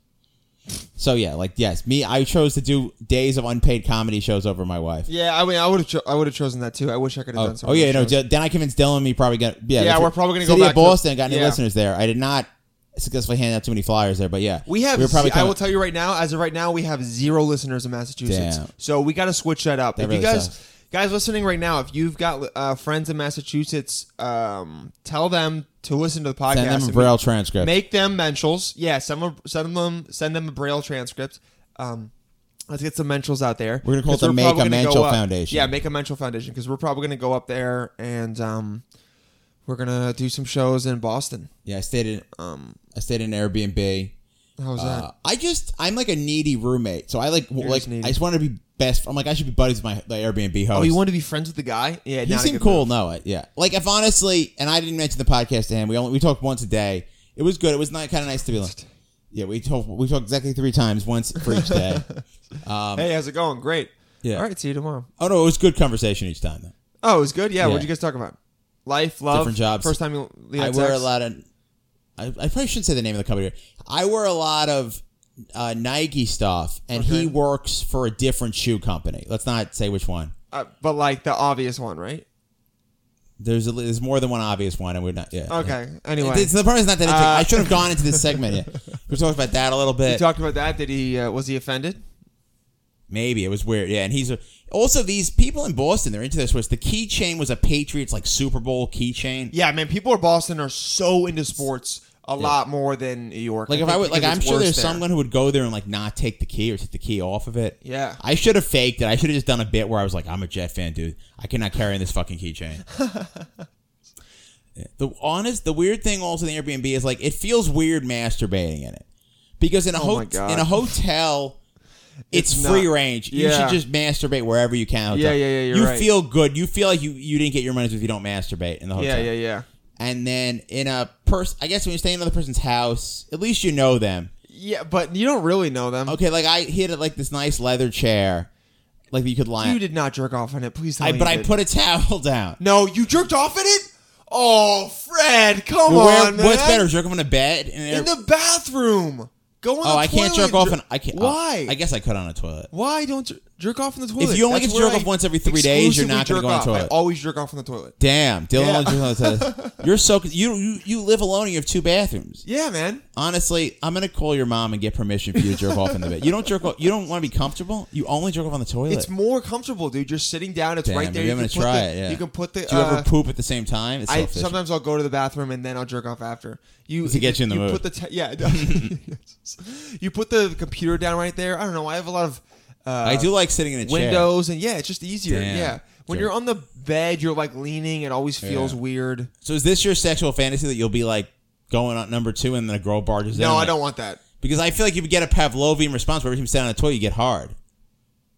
So yeah, like yes, me, I chose to do days of unpaid comedy shows over my wife.
Yeah. I mean, I would have. Cho- I would have chosen that too. I wish I could have
Oh,
done some.
oh
of
yeah,
those
no.
shows.
d- Then I convinced Dylan we probably got yeah.
Yeah,
that's
we're
what-
probably gonna go
City
back
of
to-
Boston. got any
yeah.
listeners there? I did not successfully hand out too many flyers there, but yeah,
We have.
We were probably
ze- I
coming-
will tell you right now. As of right now, we have zero listeners in Massachusetts.
Damn.
So we got to switch that up. if you
really
guys,
sucks.
guys listening right now, if you've got uh, friends in Massachusetts, um, tell them to listen to the podcast.
send them a
and
braille transcript.
Make them mentions. Yeah, send them, send them, send them a braille transcript. Um, let's get some mentions out there.
We're gonna call it
'Cause
the Make
probably
a
gonna go
Mental
up-
Foundation.
Yeah, make a mental foundation because we're probably gonna go up there and um, we're gonna do some shows in Boston.
yeah, I stayed in um, I stayed in an Airbnb.
How's that?
Uh, I just I'm like a needy roommate, so I like w- like
just needy.
I just want to be best. I'm like I should be buddies with my the Airbnb host.
oh, you want to be friends with the guy? Yeah,
he
not a
seemed
good
cool. No, it yeah. Like if honestly, and I didn't mention the podcast to him. We only we talked once a day. It was good. It was not kind of nice to be like. Yeah, we talked we talked exactly three times, once for each day.
Hey, how's it going? Great.
Yeah.
All right. See you tomorrow.
oh no, it was good conversation each time though.
Oh, it was good. Yeah.
Yeah.
What'd you guys talk about? Life, love,
Different jobs.
First time you. you
I
had
wear a
sex?
lot of. I, I probably shouldn't say the name of the company. I wear a lot of uh, Nike stuff, and
Okay.
he works for a different shoe company. Let's not say which one.
Uh, but like the obvious one, right?
There's a, there's more than one obvious one, and we're not. Yeah.
Okay. Anyway,
It's- it's- the problem is not that. interesting.
Uh,
I should have gone into this segment. Yeah. We talked about that a little
we
bit.
talked about that. Did he? Uh, was he offended?
Maybe it was weird. Yeah, and he's a, also these people in Boston. They're into this. Was the keychain was a Patriots like Super Bowl keychain?
Yeah, man. People in Boston are so into sports a lot more than New York.
Like if
think
I would, like
because
I'm
it's
sure
worse
there's
there.
someone who would go there and like not take the key or take the key off of it.
Yeah.
I should have faked it. I should have just done a bit where I was like, "I'm a Jet fan, dude. I cannot carry in this fucking keychain." Yeah. the honest, the weird thing also in the Airbnb is like it feels weird masturbating in it because in a
Oh my
hotel,
God.
in a hotel. It's,
It's
free
not-
range. You
Yeah.
should just masturbate wherever you can. in a
Yeah,
hotel.
yeah, yeah, you're
you
right.
feel good. You feel like you, you didn't get your money's worth if you don't masturbate in the hotel
Yeah, yeah, yeah.
and then in a person i guess when you're staying in another person's house at least you know them
Yeah, but you don't really know them.
okay like i hid it like this nice leather chair like you could lie
You
on
did not jerk off on it. Please tell
I,
me.
but
you
i
did.
put a towel down
No, you jerked off in it. Oh, Fred, come
Well, where-
on, man.
what's better jerk him on a bed and
In the bathroom. Go on
Oh,
the
I can't
toilet.
jerk off on. I can't. oh,
Why?
I guess I could on a toilet.
Why don't you jerk off in the toilet?
If you only
That's
get to jerk
where I
off once every three days, you're not
exclusively
gonna go on
jerk
the
off. I
toilet.
always jerk off in the toilet.
Damn, Dylan
Yeah.
only jerks on the toilet. You're so you, you you live alone and you have two bathrooms.
Yeah, man.
Honestly, I'm gonna call your mom and get permission for you to jerk off in the bed. You don't jerk off. You don't want to be comfortable. You only jerk off on the toilet.
It's more comfortable, dude. You're sitting down. It's
Damn,
right there.
maybe
You
I'm
can
gonna
put
try
the,
it. Yeah.
You can put the.
Do you
uh,
ever poop at the same time? It's
I
selfish.
sometimes I'll go to the bathroom and then I'll jerk off after. You
To get you in the
you
mood.
Put the te- yeah. you put the computer down right there. I don't know. I have a lot of. Uh,
I do like sitting in a chair.
windows and yeah, it's just easier.
Damn.
Yeah. When
Sure.
you're on the bed, you're like leaning. It always feels
Yeah.
weird.
So is this your sexual fantasy that you'll be like going on number two and then a girl barges in?
No, I
like-
don't want that.
Because I feel like you would get a Pavlovian response where every time you stand on a toilet, you get hard.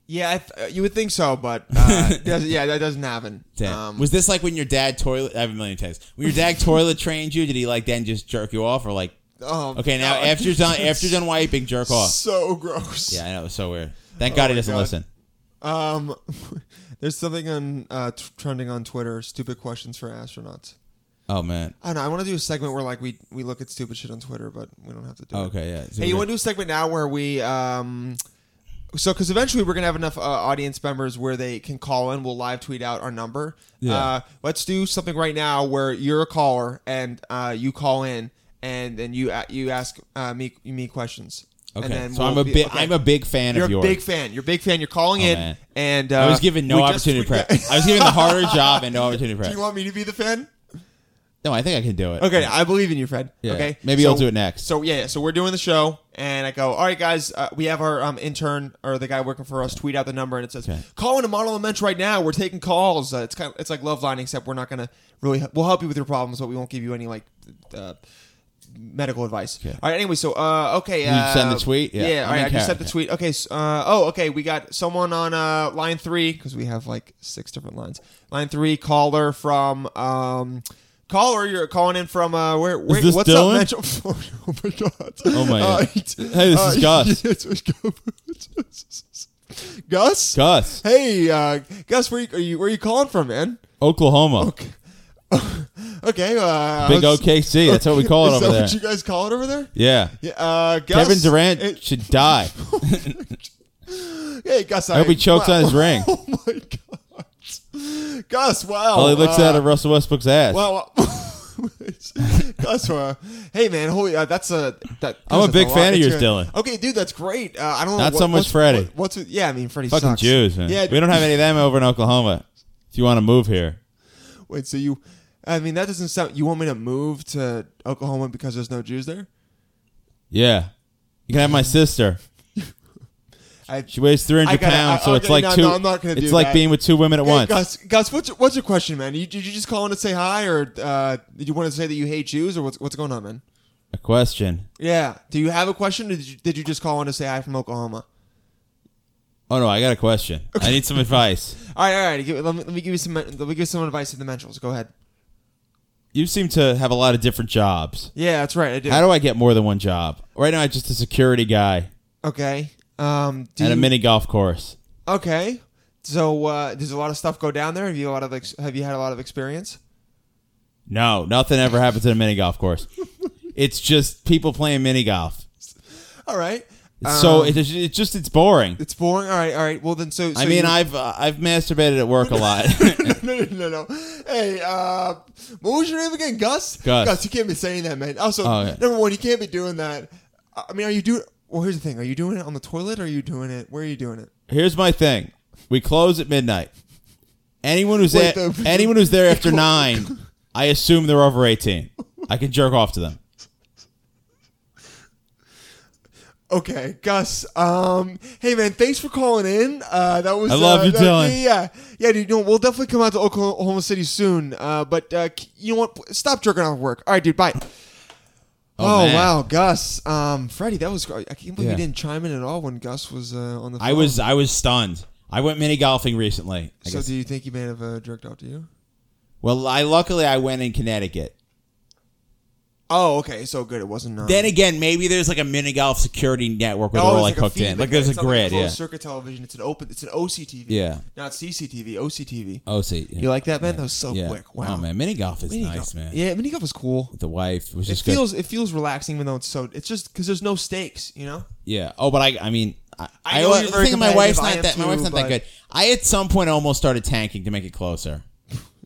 Yeah, I th- you would think so, but uh, does, yeah, that doesn't happen.
Damn.
Um,
was this like when your dad toilet? I have a million texts. When your dad toilet trained you, did he like then just jerk you off or like?
oh,
Okay, now
God.
after you're done, after you're done wiping, jerk off.
so gross.
Yeah, I know it was so weird. Thank God
Oh
he
my
doesn't
God.
listen.
Um, there's something on uh, t- trending on Twitter. Stupid questions for astronauts.
Oh man.
I don't know. I want to do a segment where like we we look at stupid shit on Twitter, but we don't have to do it.
Oh, Okay, yeah. So
Hey, you
we're-
want to do a segment now where we, um, so because eventually we're gonna have enough uh, audience members where they can call in. We'll live tweet out our number.
Yeah.
Uh, let's do something right now where you're a caller and uh, you call in and then you a you ask uh, me me questions. And
okay.
then
So
we'll
I'm a
be-
big
okay.
I'm a big fan
You're a
of yours. Oh,
big fan. You're a big fan. You're calling in,
man.
and uh,
I was given no
we just
opportunity to
tweeted-
prep. I was given the harder job and no opportunity to
do you
prep.
want me to be the fan?
No, I think I can do it.
Okay, I believe in you, Fred.
Yeah.
Okay,
Maybe
So-
I'll do it next.
So yeah, yeah, so we're doing the show, and I go, all right, guys, uh, we have our um, intern or the guy working for us tweet out the number, and it says,
Okay.
call in a model and mensch right now. We're taking calls. Uh, it's kind of it's like love line, except we're not gonna really he- we'll help you with your problems, but we won't give you any like. Uh, Medical advice.
Okay.
All right. Anyway, so uh, okay. Uh,
send the tweet? Yeah.
Yeah.
I'm
all right.
in
I just sent
character.
the tweet. Okay. So, uh, oh, okay. We got someone on uh, line three because we have like six different lines. Line three caller from um, caller. You're calling in from uh, where? where
this
what's
Dylan?
up, Mitch? Oh my god. Uh,
Oh my God. Hey, this is Gus.
Gus. Gus.
Gus,
Hey, uh, Gus, where you, are you? Where you calling from, man?
Oklahoma.
Okay. Uh,
Big
how's-
OKC. That's what we call it
Is
over
that
there.
what you guys call it over there?
yeah.
Yeah. Uh, Gus,
Kevin Durant
it-
should die.
Hey, Gus. I,
hope he chokes on his ring.
Oh my god, Gus! Wow.
While Oh, he looks
uh,
out of Russell Westbrook's ass.
Wow. wow. Gus, uh, hey man, holy, uh, that's a. That,
I'm
Gus, that's
a big
lot.
fan of
It's
yours,
your-
Dylan.
Okay, dude, that's great. Uh, I don't know.
Not
what-
so much
what's-
Freddie.
what- what's with- yeah? I mean, Freddie
Fucking
sucks.
Jews, man.
Yeah,
we don't have any of them over in Oklahoma. If you want to move here,
Wait, so you? I mean, that doesn't sound. You want me to move to Oklahoma because there's no Jews there?
yeah, you can have my sister.
I,
She weighs 300
I gotta-
pounds,
I-
so it's
okay,
like
no,
two.
no, I'm not gonna
it's
do
like
that.
being with two women at
Hey,
once.
Gus, Gus, what's your, what's your question, man? You, did you just call in to say hi, or uh, did you want to say that you hate Jews, or what's what's going on, man?
A question.
Yeah. Do you have a question? Or did you did you just call in to say hi from Oklahoma?
Oh no, I got a question. I need some advice.
All right, all right. Give, let, me, let me give you some. Let me give some advice to the mentals. Go ahead.
You seem to have a lot of different jobs.
Yeah, that's right. I do.
How do I get more than one job? Right now, I'm just a security guy
okay. Um. Do
at a
you-
mini golf course.
Okay. So uh, does a lot of stuff go down there? Have you a lot of ex- Have you had a lot of experience?
No, nothing ever happens at a mini golf course. it's just people playing mini golf.
All right.
so
Um,
it's, it's just it's boring.
it's boring. All right. All right. Well then, so, so
I mean,
you-
I've uh, I've masturbated at work a lot.
no, no, no, no. Hey, uh, what was your name again? Gus?
Gus.
you can't be saying that, man. Also,
Oh, yeah.
number one, you can't be doing that. I I mean, are you doing? Well, here's the thing: Are you doing it on the toilet? or Are you doing it? Where are you doing it?
Here's my thing: we close at midnight. Anyone who's
Wait,
at,
the-
anyone who's there after nine, I assume they're over eighteen. I can jerk off to them.
Okay, Gus. Um, hey man, thanks for calling in. Uh, that was
I love
uh,
you,
that- Yeah,
Dylan.
yeah, yeah, dude. No, we'll definitely come out to Oklahoma City soon. Uh, but uh, c- you know what? P- Stop jerking off work. All right, dude. Bye. Oh,
man.
wow, Gus. Um, Freddie, that was. gr- I can't believe
Yeah.
you didn't chime in at all when Gus was uh, on the. Phone.
I was I was stunned. I went mini golfing recently. I
So,
guess.
do you think he may have uh, jerked off to you?
well, I luckily I went in Connecticut.
Oh, okay. So good. It wasn't. Um,
Then again, maybe there's like a mini golf security network
Oh,
where they're all like, hooked in. Like there's a grid, yeah.
Circuit television. It's an open. It's an OCTV.
Yeah.
Not CCTV. OCTV.
Oh, see, yeah.
You like that, man? That was so
yeah.
quick. Wow,
Oh, man, mini golf is
Mini
nice,
golf-
man.
Yeah, mini golf is cool.
With the wife was
It
just good.
feels it feels relaxing, even though it's so. It's just because there's no stakes, you know.
Yeah. Oh, but I, I mean, I,
I
I,
know
always
you're
the
very
thing is my
competitive.
wife's
I
not
am
that. My
too,
wife's not
but-
that good. I at some point almost started tanking to make it closer.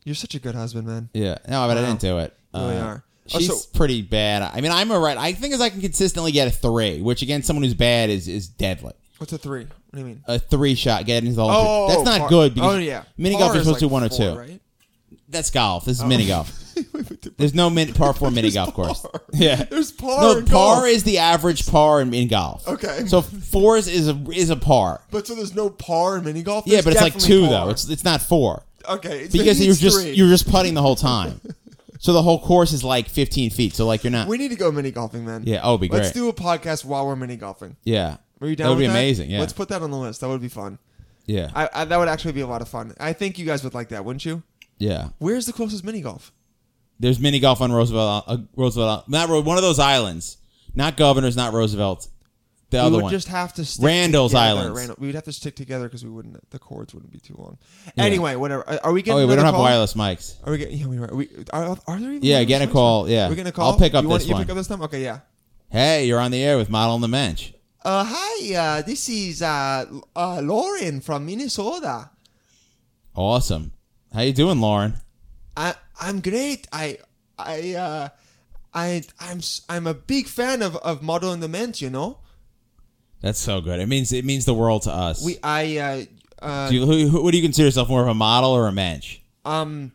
You're such a good husband, man.
Yeah. No, but I didn't do it. Uh,
You really are. Oh,
She's
so-
pretty bad. I mean, I'm all right. I think as I can consistently get a three, which against someone who's bad is is deadly.
What's a three? What do you mean?
A three shot getting into the
Oh,
hole. that's not
par-
good because
oh yeah,
mini
Par
golf is supposed to
like
be one or
four,
two.
Right? Oh.
That's golf. This is mini golf. There's no min, par four mini golf course.
par.
Yeah.
There's par
No,
in
par
golf.
is the average par in, in golf.
Okay.
So fours is a is a par.
But so there's no par in mini golf.
Yeah,
There's
but it's like
definitely
two
par.
though. It's it's not four
okay it's-
because
it's
you're just
three.
you're just putting the whole time. so the whole course is like 15 feet. So like you're not.
We need to go mini golfing, man.
Yeah, oh, it'd be
Let's
great.
do a podcast while we're mini golfing.
yeah.
Are you down?
that would
with
be amazing. Yeah.
Let's put that on the list. That would be fun.
yeah.
I, I that would actually be a lot of fun. I think you guys would like that, wouldn't you?
yeah.
Where's the closest mini golf?
There's mini golf on Roosevelt. Uh, Roosevelt. Not Ro- one of those islands. Not Governor's. Not Roosevelt. The
we
other
would
one.
just have to stick
Randall's
together.
Islands.
Randall- We'd have to stick together because we wouldn't. The cords wouldn't be too long. Anyway, whatever. Are- Are we
oh
getting?
wait, we
another
don't have
call?
wireless mics.
Are we getting? Yeah, we are. We, are, are there even?
Yeah,
wireless
get a
mics?
call, yeah.
we're gonna
I'll
call.
pick up
you want-
this
you
one.
pick up this time. Okay, yeah.
Hey, you're on the air with Model on the Bench.
Uh, hi. Uh, this is uh, L- uh, Lauren from Minnesota.
Awesome. How you doing, Lauren?
I I'm great. I I uh I I'm s- I'm a big fan of of model and the Mint, You know,
That's so good. It means it means the world to us.
we I uh, uh
do you, who, who, what do you consider yourself more of a model or a mensch?
um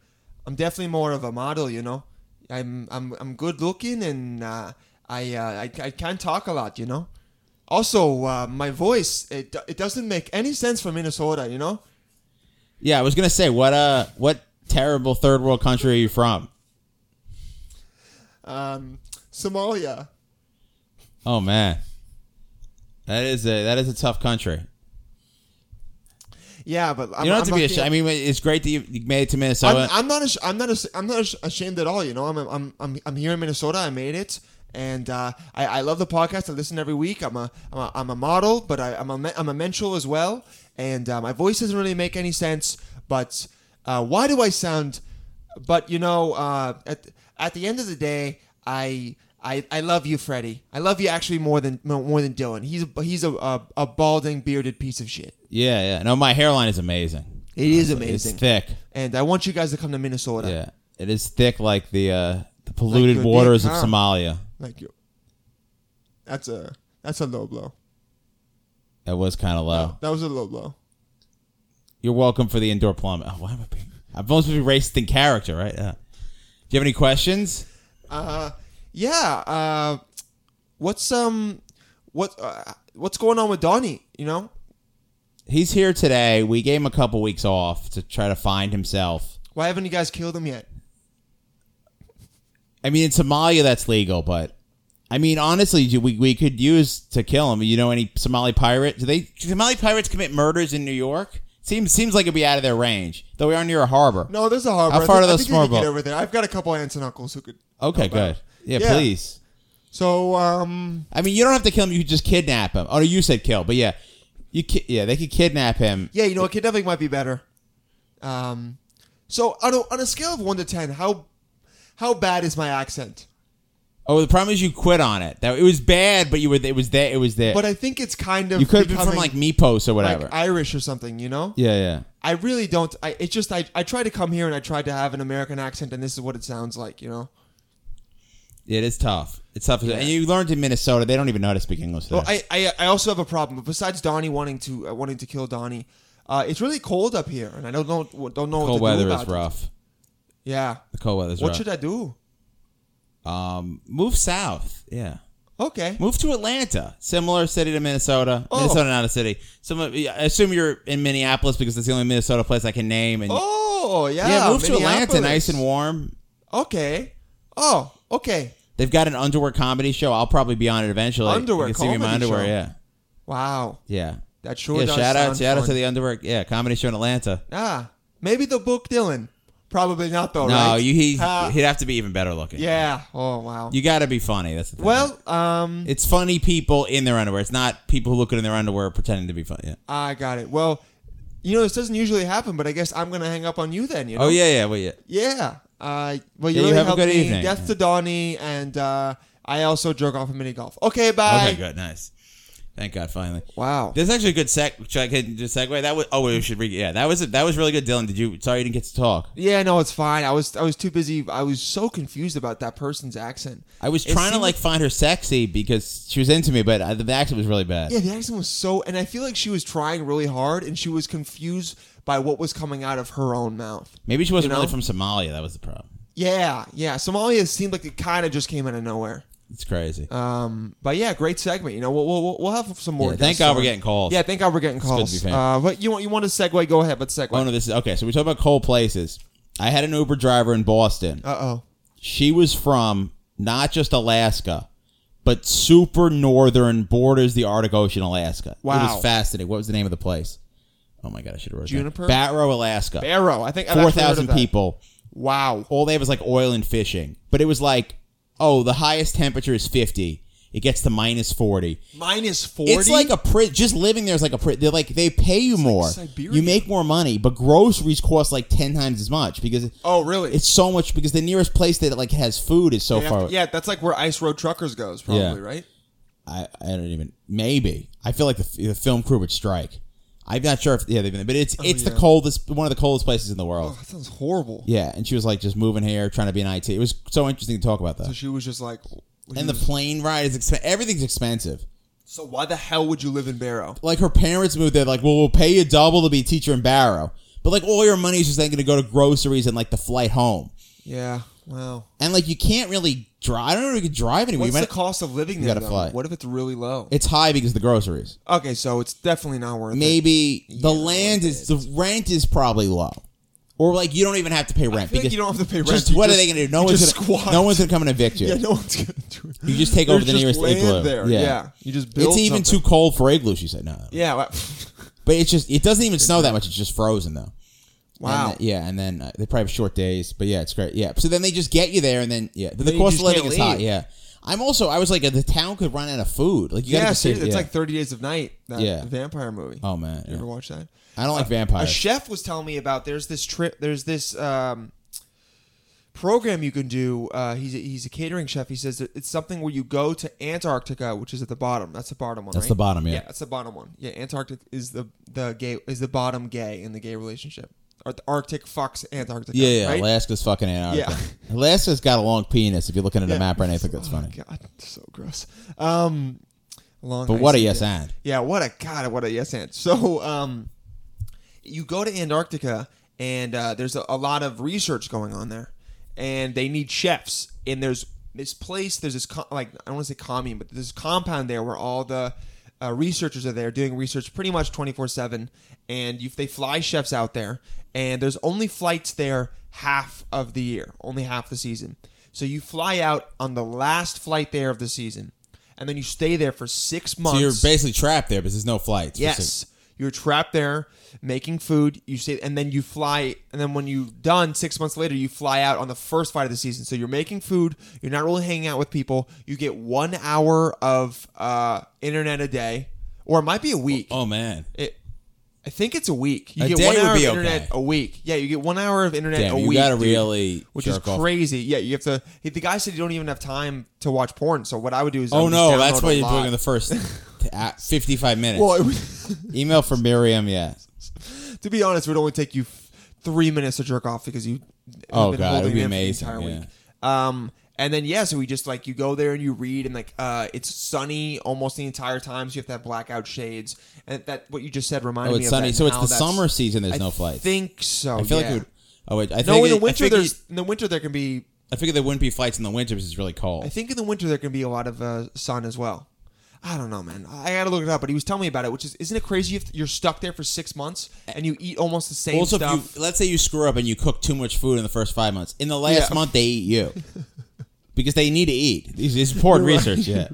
I'm definitely more of a model. You know, I'm I'm I'm good looking and uh, I, uh, I I can talk a lot. You know. Also, uh, my voice it, do- it doesn't make any sense for Minnesota, you know.
Yeah, I was gonna say what uh what terrible third world country are you from?
Um, Somalia.
Oh man, that is a that is a tough country.
Yeah, but I'm,
You don't have
I'm
to be
lucky-
ashamed. I mean, it's great that you you made it to
I'm,
Minnesota.
I'm not. ash- I'm not. ash- I'm not ash- ashamed at all. You know, I'm. I'm. I'm. I'm here in Minnesota. I made it, and uh, I, I love the podcast. I listen every week. I'm a. I'm a, I'm a model, but I, I'm a. me- I'm a mental as well, and uh, my voice doesn't really make any sense. But uh, why do I sound? But you know, uh, at at the end of the day, I. I, I love you, Freddie. I love you actually more than more than Dylan. He's a, he's a, a, a balding bearded piece of shit.
yeah, yeah. No, my hairline is amazing.
It is
It's
amazing,
thick.
and I want you guys to come to Minnesota.
Yeah, it is thick like the uh, the polluted
Like the
waters of
Vietnam.
Somalia.
Thank you. That's a that's a low blow.
That was kind of low.
That was a low blow.
You're welcome for the indoor plumbing. Oh, why am I being? I'm supposed to be racist in character, right? Uh, do you have any questions?
Uh, yeah. Uh, what's um, what uh, what's going on with Donnie? You know,
He's here today. We gave him a couple weeks off to try to find himself.
why haven't you guys killed him yet?
I mean, in Somalia that's legal, but I mean, honestly, you- we we could use to kill him. You know, any Somali pirate? Do they Somali pirates commit murders in New York? Seems seems like it'd be out of their range, though we are near a harbor.
No, there's a harbor.
How far
I
are
think, I think
those
we can
small
get
boat-
over there? I've got a couple aunts and uncles who could.
okay,
help out.
good. Yeah,
Yeah.
please.
So um,
I mean, you don't have to kill him. You could just kidnap him. Oh, no, you said kill, but yeah, you ki- yeah they could kidnap him.
yeah, you know, what, kidnapping might be better. Um, so on a, on a scale of one to ten, how how bad is my accent?
Oh, the problem is you quit on it. That it was bad, but you were it was there. It was there.
But I think it's kind of
you could have been from
becoming,
like Mepos or
like,
whatever.
Irish or something. You know.
yeah, yeah.
I really don't. I it's just I I tried to come here and I tried to have an American accent and this is what it sounds like, you know.
It is tough. It's tough. And you learned in Minnesota, they don't even know how to speak English. There.
Well, I, I I also have a problem. But besides Donnie wanting to uh, wanting to kill Donnie, uh, it's really cold up here and I don't know don't know
cold
what to
weather
do
is
about it.
rough.
Yeah.
The cold weather is
what
rough.
should I do?
um, move south. Yeah,
Okay.
move to Atlanta. Similar city to Minnesota.
Oh.
Minnesota not a city. Some. of- I assume you're in Minneapolis because it's the only Minnesota place I can name. And
Oh yeah.
yeah, move to Atlanta,
Minneapolis.
nice and warm.
Okay. Oh okay.
They've got an underwear comedy show. I'll probably be on it eventually.
Underwear
you can see me in my
comedy
underwear.
show.
Yeah,
Wow.
yeah.
That sure
yeah,
does
shout out,
sound
shout out
fun.
to the underwear, yeah, comedy show in Atlanta.
ah maybe the book Dylan. Probably not though.
No,
right?
you he,
Uh,
he'd have to be even better looking.
yeah. Oh wow.
You got to be funny. That's the thing.
well, um,
it's funny people in their underwear. It's not people who look good in their underwear pretending to be funny. Yeah.
I got it. Well, you know this doesn't usually happen, but I guess I'm gonna hang up on you then. You know?
Oh yeah, yeah, well yeah.
Yeah. Uh, well, you
Yeah, you
really
have a
helped
good
me.
evening.
Death to Donnie, and uh, I also jerk off a mini golf. Okay, bye.
Okay, good, nice. Thank God, finally.
Wow.
That's actually a good sec. Should I get- just segue? That was. Oh, we should. Re- yeah, that was. That was really good, Dylan. Did you? Sorry, you didn't get to talk.
yeah, no, it's fine. I was I was too busy. I was so confused about that person's accent.
I was
It
trying to
seemed
like find her sexy because she was into me, but I, the accent was really bad.
Yeah, the accent was so, and I feel like she was trying really hard, and she was confused by what was coming out of her own mouth.
Maybe she wasn't
You know?
really from Somalia. That was the problem.
Yeah, yeah. Somalia seemed like it kind of just came out of nowhere.
It's crazy.
Um, but yeah, great segment. You know, we'll we'll, we'll have some more.
Yeah, thank
guests
God
on.
we're getting calls.
Yeah, thank God we're getting
good to
calls.
be famous.
uh, but you want you want to segue? Go ahead, but segue.
oh no, this is okay. So we talk about cold places. I had an Uber driver in Boston.
Uh oh.
she was from not just Alaska, but super northern borders the Arctic Ocean, Alaska. it
Wow.
was fascinating. What was the name of the place? Oh my god, I should have wrote it down.
Juniper?
Barrow, Alaska.
Barrow. I think I've actually
Four
heard
thousand
of that.
people.
Wow.
All they have is like oil and fishing, but it was like, oh, the highest temperature is fifty. It gets to minus forty.
Minus forty.
It's like a prison. Just living there is like a prison. They're like they pay you more.
Siberia.
you make more money, but groceries cost like ten times as much because
Oh really?
it's so much because the nearest place that like has food is so
They have
far.
to- yeah, that's like where Ice Road Truckers goes, probably
Yeah.
right.
I, I don't even maybe I feel like the, the film crew would strike. I'm not sure if yeah they've been but it's it's
Oh, yeah.
the coldest one of the coldest places in the world.
Oh, that sounds horrible.
Yeah, and she was like just moving here, trying to be an IT. It was so interesting to talk about that.
So she was just like.
and the plane ride is expen- everything's expensive.
so why the hell would you live in Barrow?
Like her parents moved there, like well we'll pay you double to be a teacher in Barrow, but like all your money is just then going to go to groceries and like the flight home,
Yeah. Wow.
and like you can't really drive. I don't know if you could drive anywhere. You
What's the
might-
cost of living there?
gotta
Though?
fly.
What if it's really low?
it's high because of the groceries.
okay, so it's definitely not worth it.
maybe the land is the rent is probably low, or like you don't even have to pay rent
feel like you don't have to pay rent.
Just
You
what
just-
are they going to do? No
you
one's
just
gonna,
squat.
no one's going to come and evict you.
Yeah, no one's gonna do it.
You just take over the
There's
nearest
just land
igloo.
There. Yeah.
Yeah.
you just build.
It's even
something.
too cold for igloo. She said no,
Yeah, wa-
but it's just it doesn't even snow that much. It's just frozen though.
wow.
And then- yeah, and then uh, they probably have short days, but yeah, it's great. Yeah, so then they just get you there, and then yeah, but the
Then you
cost of
just
living
can't
is high.
leave.
Yeah, I'm also I was like uh, the town could run out of food. Like you
yeah,
got to
see, it's
yeah.
like Thirty Days of Night, that
Yeah.
vampire movie.
oh man,
you
yeah.
ever watch that?
I don't like
A
vampires.
chef was telling me about there's this trip, there's this um, program you can do. Uh, he's a, he's a catering chef. He says that it's something where you go to Antarctica, which is at the bottom. That's the bottom one.
That's
right?
the bottom, yeah.
Yeah, that's the bottom one. Yeah, Antarctic is the the gay is the bottom gay in the gay relationship. Or the Arctic fucks Antarctica.
Yeah, yeah.
right?
Alaska's fucking Antarctica. Alaska's got a long penis. If you're looking at a map right now, I think that's funny.
Oh, God, so gross. Um, long.
But what a
icy
yes
day.
and.
Yeah, what a god, what a yes and. So, um, you go to Antarctica, and uh, there's a, a lot of research going on there, and they need chefs. And there's this place, there's this co- like I don't want to say commune, but there's this compound there where all the uh, researchers are there doing research pretty much 24 seven, and you, they fly chefs out there, and there's only flights there half of the year, only half the season. So you fly out on the last flight there of the season, and then you stay there for six months.
So you're basically trapped there because there's no flights.
Yes. You're trapped there making food. You say, and then you fly, and then when you're done, six months later, you fly out on the first flight of the season. So you're making food. You're not really hanging out with people. You get one hour of uh, internet a day, or it might be a week.
Oh man.
It, I think it's a week. You
A
get
day
one
would
hour
be
of internet
okay.
a week. Yeah, you get one hour of internet
Damn,
a
you
week.
gotta
dude,
really
which is
jerk off.
crazy. Yeah, you have to. he- The guy said you don't even have time to watch porn. So what I would do is I
Oh
would just
no, that's
download
what
a
you're
lot.
doing in the first t- uh, 55 minutes.
Well, it was-
Email from Miriam. Yeah.
to be honest, it would only take you f- three minutes to jerk off because you have
Oh,
been
God, it
holding
would be
it in for
amazing,
the entire
yeah.
week. Um, and then yeah, so we just like you go there and you read and like uh, it's sunny almost the entire time, so you have to have blackout shades. And that what you just said reminded
Oh,
me
it's
of
sunny.
that
So it's
now.
the
That's-
summer season. There's
I
no flights.
Think so.
I feel
yeah.
like it would. Oh wait, I think
no. In the
it- I
winter,
figured-
there's in the winter there can be.
I figured there wouldn't be flights in the winter because it's really cold.
I think in the winter there can be a lot of uh, sun as well. I don't know, man. I gotta look it up. But he was telling me about it, which is isn't it crazy if you're stuck there for six months and you eat almost the same
also,
stuff?
if you let's say you screw up and you cook too much food in the first five months, in the last
Yeah.
month they eat you because they need to eat. It's, it's important research. Yeah.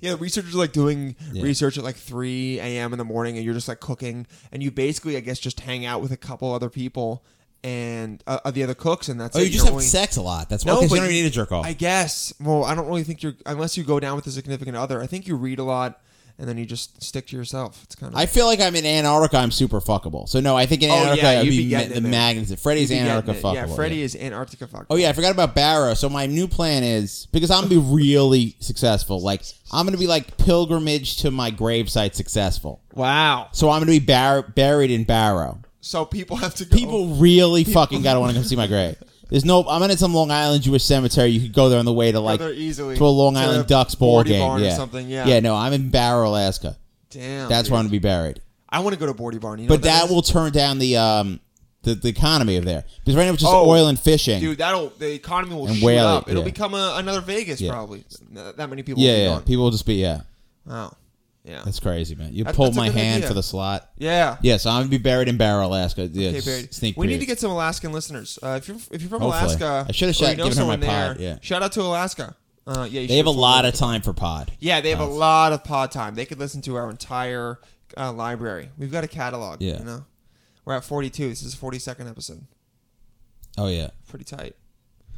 Yeah, researchers are like doing research at like 3 a.m. in the morning, and you're just like cooking, and you basically, I guess, just hang out with a couple other people and uh, uh, the other cooks, and that's
Oh,
it.
you just
You're
have
only-
sex a lot. That's why
No,
'cause
but
you don't
you-
even need a jerk off.
I guess. Well, I don't really think you're unless you go down with a significant other. I think you read a lot and then you just stick to yourself. It's kind of
I feel like I'm in Antarctica. I'm super fuckable. So no, I think in
Oh,
Antarctica
yeah,
I'd
you'd
be,
be
ma-
getting it
the
there.
magazine. Freddy's
You'd be
Antarctica
getting it.
fuckable.
Yeah, Freddy is Antarctica fuck.
Oh yeah, I forgot about Barrow. So my new plan is because I'm gonna be really successful. Like I'm gonna be like pilgrimage to my gravesite successful.
Wow.
So I'm gonna be bar- buried in Barrow.
So people have to go.
People really fucking gotta want to come see my grave. There's no. I'm in some Long Island Jewish cemetery. You could go there on the way to like
Rather easily
to a Long
to
Island
a
Ducks ball
Bordy
game.
Barn or
yeah.
something, yeah.
Yeah. No, I'm in Barrow, Alaska.
Damn.
That's where I'm
dude.
gonna be buried.
I want to go to Bordy Barn. You know
But
what that
that
is?
will turn down the um the, the economy of there because right now it's just
Oh,
oil and fishing.
Dude, that'll the economy will
And
shoot
whale
up.
it,
It'll
yeah.
become a, another Vegas
Yeah.
probably. Not That many people.
yeah,
will
yeah.
Be
People will just be yeah.
gone. Wow. Yeah.
That's crazy, man. You
That-
pulled
that's a
my
good
hand
idea.
for the slot.
yeah.
Yeah, so I'm gonna be buried in Barrow, Alaska. Yeah,
Okay,
s-
Barry.
sneak
we need
preview.
to get some Alaskan listeners. Uh, if you're if you're from
Hopefully.
Alaska,
I should have
or you
shout-
know
given her my
someone there,
pod, yeah.
Shout out to Alaska. Uh, yeah, you
They
should
have a
forward
lot
it.
of time for pod.
Yeah, they have a
Nice.
lot of pod time. They could listen to our entire uh, library. We've got a catalog.
Yeah.
You know, we're at 42. This is 42nd episode.
Oh yeah.
Pretty tight.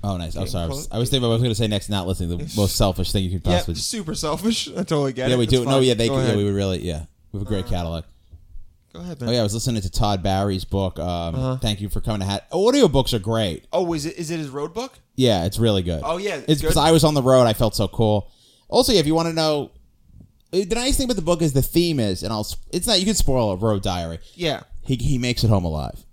Oh nice. I'm
Okay,
sorry. I
close.
was, I was thinking I was gonna say next not listening. The most selfish thing you could
Yeah,
possibly.
super selfish. I totally get
Yeah,
it.
we
It's
do. No,
fine.
yeah, they.
Go
Could, yeah,
ahead.
we would really. Yeah, we have a great catalog.
Go ahead, man.
Oh yeah, I was listening to Todd Barry's book. Um,
Uh-huh.
Thank you for coming to Hat. Audiobooks are great.
Oh, is it is it his road book?
Yeah, it's really good.
Oh, yeah, it's
it's
good.
because I was on the road. I felt so cool. Also, yeah, if you want to know, uh, the nice thing about the book is the theme is, and I'll. s- It's not you can spoil a road diary.
Yeah.
He he makes it home alive.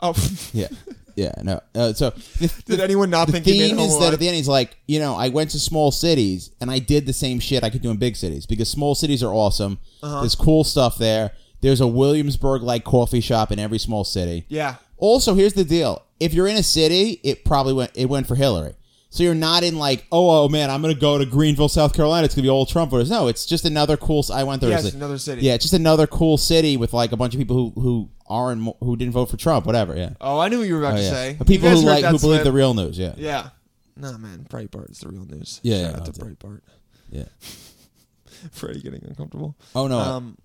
Oh,
Yeah, yeah, no. Uh, so the,
did anyone not
the
think he made
theme
Home
is
Alone?
that at the end he's like, you know, I went to small cities and I did the same shit I could do in big cities because small cities are awesome.
Uh-huh.
There's cool stuff there. There's a Williamsburg like coffee shop in every small city.
Yeah.
Also, here's the deal: if you're in a city, it probably went it went for Hillary. So you're not in like, oh, oh man, I'm gonna go to Greenville, South Carolina. It's gonna be all Trump voters. No, it's just another cool. c- I went there.
Yeah,
It's
it's
like-
another city.
Yeah, it's just another cool city with like a bunch of people who who aren't mo- who didn't vote for Trump. Whatever. Yeah.
Oh, I knew what you were about
Oh,
to
yeah.
say.
But People
You
who
guys heard
like
that
who believe
slip?
the real news. Yeah.
Yeah. Nah, man. Breitbart is the real news.
Yeah,
Shout
yeah,
out to
that's it.
Breitbart.
Yeah.
Freddie getting uncomfortable.
Oh no.
Um,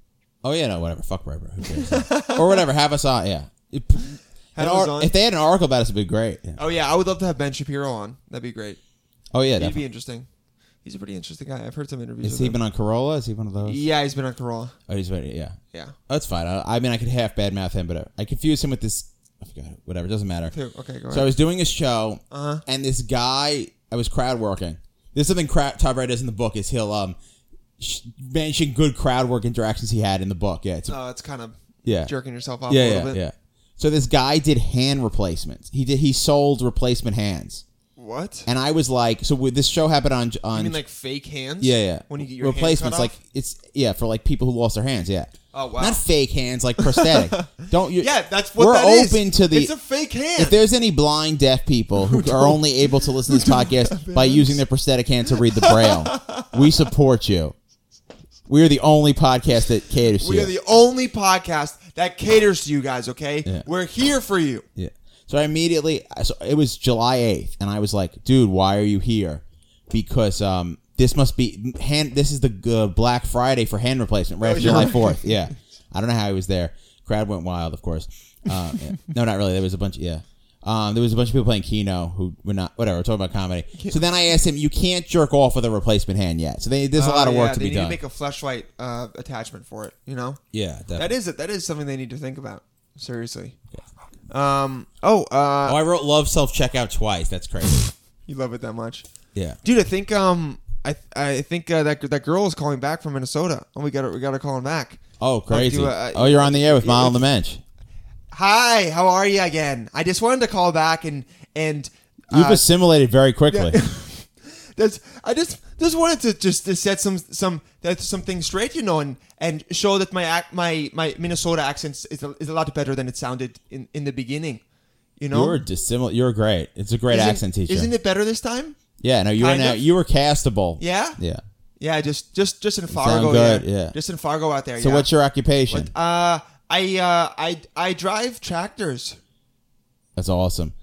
oh yeah. No. Whatever. Fuck Barbara. Who cares? or whatever. Have us on. Yeah. It-
Have
an ar-
us on.
If they had an article about us, it'd be great. Yeah.
oh yeah, I would love to have Ben Shapiro on. That'd be great.
Oh
He'd
yeah.
be
Definitely.
interesting. He's a pretty interesting guy. I've heard some interviews.
Is
with
he
him.
been on Corolla? Is he one of those?
yeah, he's been on Corolla.
Oh, he's ready. Yeah.
Yeah.
That's fine. I, I mean, I could half badmouth him, but uh, I confused him with this. I forgot. Whatever. It doesn't matter.
Who- Okay, go ahead.
So I was doing a show,
Uh-huh.
and this guy, I was crowd working. There's something crowd, Todd Wright does in the book is he'll um sh- mention good crowd work interactions he had in the book. Yeah, it's
oh, it's kind of
Yeah.
jerking yourself off a
yeah,
little
yeah,
bit.
yeah. So this guy did hand replacements. He did. He sold replacement hands,
What?
and I was like, so with this show happened on on.
I mean, like fake hands.
yeah, yeah.
When you get your hand
replacements,
cut
like
off?
it's yeah for like people who lost their hands. Yeah.
Oh, wow.
Not fake hands, like prosthetic. Don't you?
yeah, that's what
we're
that is.
open to the.
It's a fake hand.
If there's any blind deaf people who are only able to listen to this podcast by using their prosthetic hand to read the braille, we support you. We are the only podcast that caters
we
to
are
you.
the only podcast that caters to you guys. Okay,
Yeah.
we're here for you.
yeah. So I immediately, so it was July 8th, and I was like, dude, why are you here? Because um, this must be hand. This is the uh, Black Friday for hand replacement, right? after
you're
July
right.
4th. Yeah. I don't know how he was there. Crowd went wild, of course. Uh, yeah. No, not really. There was a bunch. Yeah. Um, there was a bunch of people playing Keno who were not, whatever, we're talking about comedy. So then I asked him, you can't jerk off with a replacement hand yet. So they, there's a lot
Oh,
of work
yeah,
to
they
be
need
done.
To make a flashlight uh, attachment for it, you know.
yeah, definitely.
That is it. That is something they need to think about seriously. Um. Oh. Uh.
Oh, I wrote love self checkout twice. That's crazy.
You love it that much,
yeah.
dude. I think. Um. I. I think uh, that that girl is calling back from Minnesota, and we got to we got to call him back.
Oh, crazy.
do a-
oh, you're on the air with Mile on the Mensch.
Hi. How are you again? I just wanted to call back and and.
You've
uh,
assimilated very quickly.
That's I just just wanted to just to set some some that some things straight, you know, and and show that my ac- my my Minnesota accent is a, is a lot better than it sounded in in the beginning, you know.
You're dissimilar. You're great. It's a great
Isn't-
accent teacher.
Isn't it better this time?
yeah, no, you were
kind
now,
of?
you were castable.
Yeah.
yeah.
Yeah, just just just in Fargo.
good,
yeah.
yeah.
Just in Fargo out there.
So
yeah.
what's your occupation?
Uh, I uh, I I drive tractors.
That's awesome.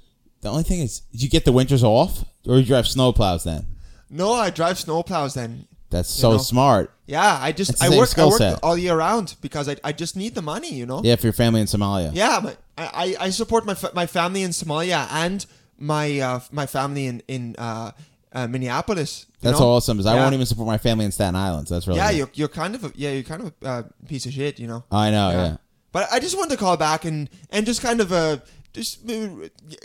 The only thing is, did you get the winters off, or did you have snowplows then?
No, I drive snowplows. Then
That's so
know?
smart.
Yeah, I just
It's the
I
same
work I
skill
work
set.
all year round because I, I just need the money, you know.
Yeah, for your family in Somalia.
Yeah, my, I I I support my fa- my family in Somalia and my uh, my family in in uh, uh, Minneapolis. you
That's
know?
awesome. Is I
Yeah.
won't even support my family in Staten Island. So that's really.
Yeah,
good.
you're, you're kind of a, yeah you're kind of a uh, piece of shit, you know.
I know. Yeah.
But I just wanted to call back and and just kind of uh just uh,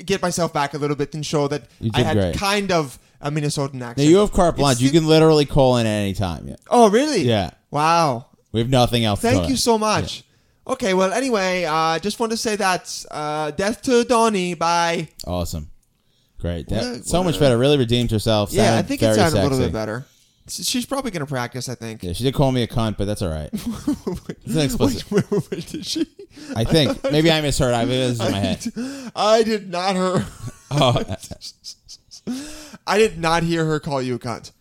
get myself back a little bit and show that
You
I
did
had
great.
kind of a Minnesotan accent.
Now you have carte blanche. You
It's-
can literally call in at any time. Yeah.
Oh, really?
Yeah.
Wow.
We have nothing else. to
Thank
talk
you
about.
so much. Okay, well, anyway, uh, just want to say that uh, Death to Donnie by.
Awesome. Great.
What
That-
a-
so
what
much
a-
better. Really redeemed herself.
Yeah, I
Sounded
think it
very
sounded a little
sexy.
bit better. S- She's probably going to practice, I think.
Yeah, she did call me a cunt, but that's all right. It's not explicit.
Wait, wait, wait, did she?
I think maybe I misheard. I this is in my head.
I did not hear.
Oh,
I did not hear her call you a cunt.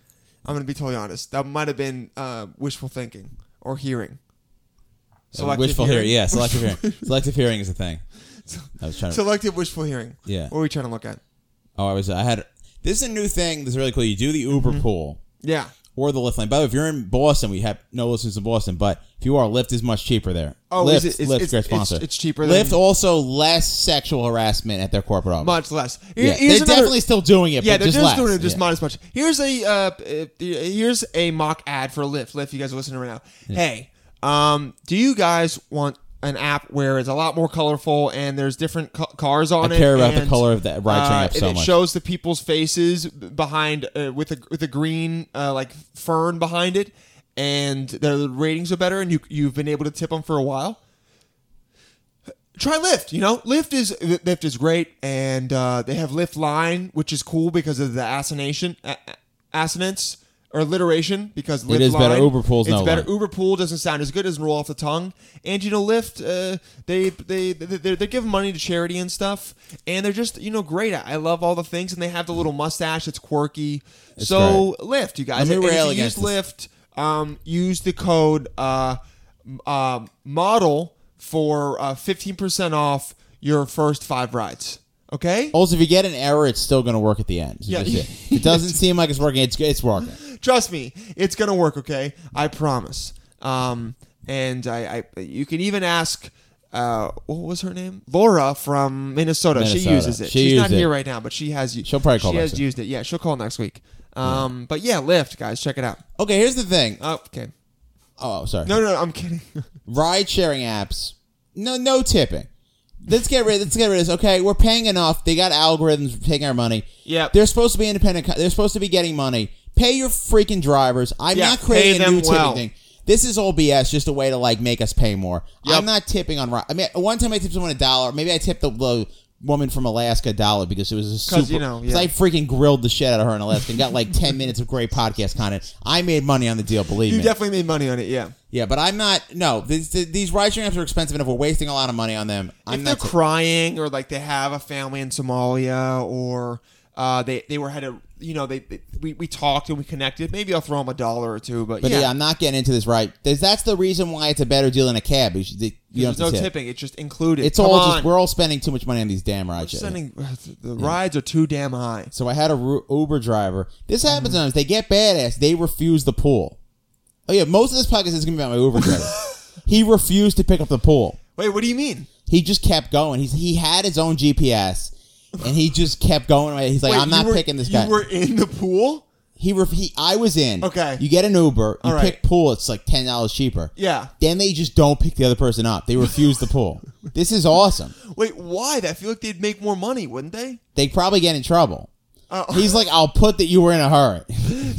I'm going to be totally honest. That might have been uh, wishful thinking or hearing. Selective
Uh, wishful hearing. Yeah, selective hearing. Selective hearing is a thing. I was trying to.
Selective wishful hearing.
Yeah.
What are we trying to look at?
Oh, I was. I had. This is a new thing. This is really cool. You do the Uber
Mm-hmm.
pool.
Yeah.
or the Lyft line. By the way, if you're in Boston, we have no listeners in Boston, but if you are, Lyft is much cheaper there.
Oh,
Lyft,
is it- is-
Lyft's
it's-
great
it's-
sponsor.
it's cheaper
Lyft
than-
also less sexual harassment at their corporate office.
Much less. Here-
yeah,
here's
they're
another-
definitely still doing it.
Yeah,
Yeah, but
they're
just,
just
less.
doing it just
yeah.
not as much. Here's a uh, uh, here's a mock ad for Lyft. Lyft, you guys are listening right now. Hey, um, do you guys want an app where it's a lot more colorful and there's different co- cars on
I
it?
care about the
and,
color of that ride-sharing
uh,
app so
and it
much.
shows the people's faces b- behind uh, with a with a green uh, like fern behind it, and their ratings are better, and you you've been able to tip them for a while try Lyft. You know, Lyft is Lyft is great, and uh, they have Lyft line, which is cool because of the assonation, a- a- assonance or alliteration. Because Lyft
is
line,
better. Uber Pool's
it's
no
better.
line.
Uber pool doesn't sound as good. Doesn't roll off the tongue. And you know, Lyft, uh, they they they- they're, they're giving money to charity and stuff, and they're just you know great. I, I love all the things, and they have the little mustache. It's quirky. so Lyft, you guys.
Let me
And if
rail
you use
against this.
Lyft. Lyft, um, use the code uh, m- uh, model for uh, 15% off your first five rides. Okay?
Also, if you get an error, it's still going to work at the end.
Yeah.
Yeah. It. If it doesn't seem like it's working. It's it's working.
Trust me, it's going to work, okay? I promise. Um, and I, I, you can even ask, uh, what was her name? Laura from Minnesota. She
Minnesota.
uses it.
She
She's not
used it.
here right now, but she has.
She'll probably call
She
next
has
week.
used it. Yeah, she'll call next week. Um, but yeah, Lyft, guys, check it out.
Okay, here's the thing.
Oh, okay.
Oh, sorry.
No, no, no, I'm kidding.
ride sharing apps. No, no tipping. Let's get rid. Let's get rid of this. Okay, we're paying enough. They got algorithms for taking our money.
Yep.
they're supposed to be independent. co- They're supposed to be getting money. Pay your freaking drivers. I'm
Yeah,
not creating
pay
a
them
new tipping
well.
thing. This is all BS. Just a way to like make us pay more.
Yep.
I'm not tipping on. ri- I mean, one time I tipped someone a dollar. Maybe I tipped the, the woman from Alaska a dollar because it was a
'Cause,
super.
you know,
because
yeah.
I freaking grilled the shit out of her in Alaska and got like ten minutes of great podcast content. I made money on the deal. Believe
you
me.
definitely made money on it, yeah.
Yeah, but I'm not. No, these, these ride sharing apps are expensive, and if we're wasting a lot of money on them, I'm
if they're
not.
crying or like they have a family in Somalia or uh, they they were had a you know they, they we, we talked and we connected. Maybe I'll throw them a dollar or two, but,
but yeah.
yeah,
I'm not getting into this. Right, There's, that's the reason why it's a better deal in a cab. You, should, you don't
there's no
have to tip.
tipping. It's just included.
It's
Come
all
on.
just we're all spending too much money on these damn ride sharing.
sending the rides are too damn high.
So I had a Ru- Uber driver. This
Mm-hmm.
happens sometimes. They get badass. They refuse the pool. Oh yeah, most of this podcast is gonna be about my Uber driver. he refused to pick up the pool.
Wait, what do you mean?
He just kept going. He's he had his own GPS, and he just kept going. He's like,
Wait,
I'm
you
not
were-
picking this guy.
You were in the pool.
He, ref- he I was in.
Okay.
You get an Uber. You
All right.
pick pool. It's like ten dollars cheaper.
Yeah.
Then they just don't pick the other person up. They refuse the pool. This is awesome.
Wait, why? I feel like they'd make more money, wouldn't they?
They probably get in trouble.
Oh.
He's like, I'll put that you were in a hurry.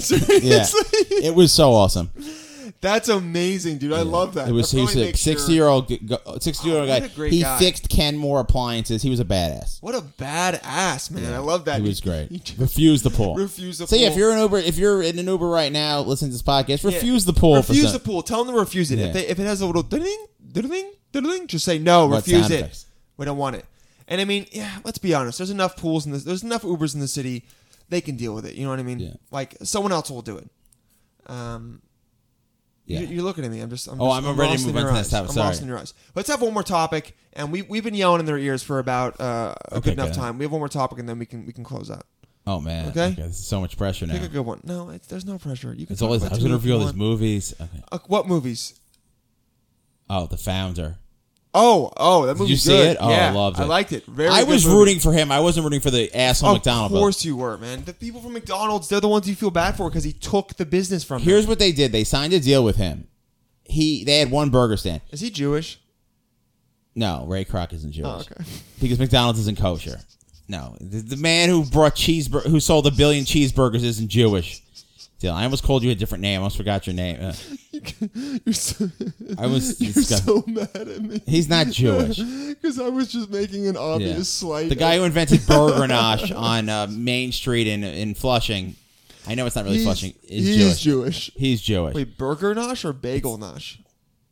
Yeah.
Seriously,
it was so awesome.
that's amazing, dude. I love that.
It was
That
he was
probably
a
makes your-
sixty year old sixty year old
Oh, what
guy.
a great
He
guy.
fixed Kenmore appliances. He was a badass.
What a badass man! I love that.
He was
You
great.
just
Refuse the pool.
Refuse the
so yeah, if
pool.
you're an Uber, if you're in an Uber right now, listen to this podcast.
Yeah.
Refuse the pool. for
Refuse
some-
the pool. Tell them to refuse it.
Yeah.
If, they, if it has a little ding, ding, ding, just say no.
What
refuse
sound
it.
effects?
We don't want it. And I mean, yeah. Let's be honest. There's enough pools in this. There's enough Ubers in the city. They can deal with it. You know what I mean?
Yeah.
Like someone else will do it. Um.
Yeah.
You, you're looking at me. I'm just. I'm
Oh,
just-
I'm ready to
lost in
move on
your
to the
eyes.
next topic.
I'm lost
Sorry.
in your eyes. Let's have one more topic, and we we've been yelling in their ears for about uh, a
Okay,
good enough
good.
time. We have one more topic, and then we can we can close out.
Oh man.
Okay.
This is so much pressure now.
Pick a good one. No, it's, there's no pressure. You can.
It's
talk
always I
about
was
two
gonna
if
review
you
all these
want.
movies. Okay.
Uh, what movies?
Oh, the founder.
Oh, oh, that movie.
you see it? Oh, I
yeah,
loved
I
it.
liked it. Very.
I
good
was
movie.
rooting for him. I wasn't rooting for the asshole
Of
McDonald. brother.
course you were, man. The people from McDonald's, they're the ones you feel bad for because he took the business from them.
Here's what they did. They signed a deal with him. He they had one burger stand.
Is he Jewish?
No, Ray Kroc isn't Jewish.
Oh, okay.
Because McDonald's isn't kosher. No, the, the man who brought cheeseburger, who sold a billion cheeseburgers, isn't Jewish. Still, I almost called you a different name. I almost forgot your name. Uh,
You're so,
I was.
you're
disgusted.
so mad at me.
He's not Jewish.
Because I was just making an obvious
Yeah.
slight.
The guy who invented Burger Nosh on uh, Main Street in in Flushing. I know it's not really
He's-
Flushing. Is
he
Jewish.
is Jewish.
He's Jewish.
Wait, Burger Nosh or Bagel Nosh?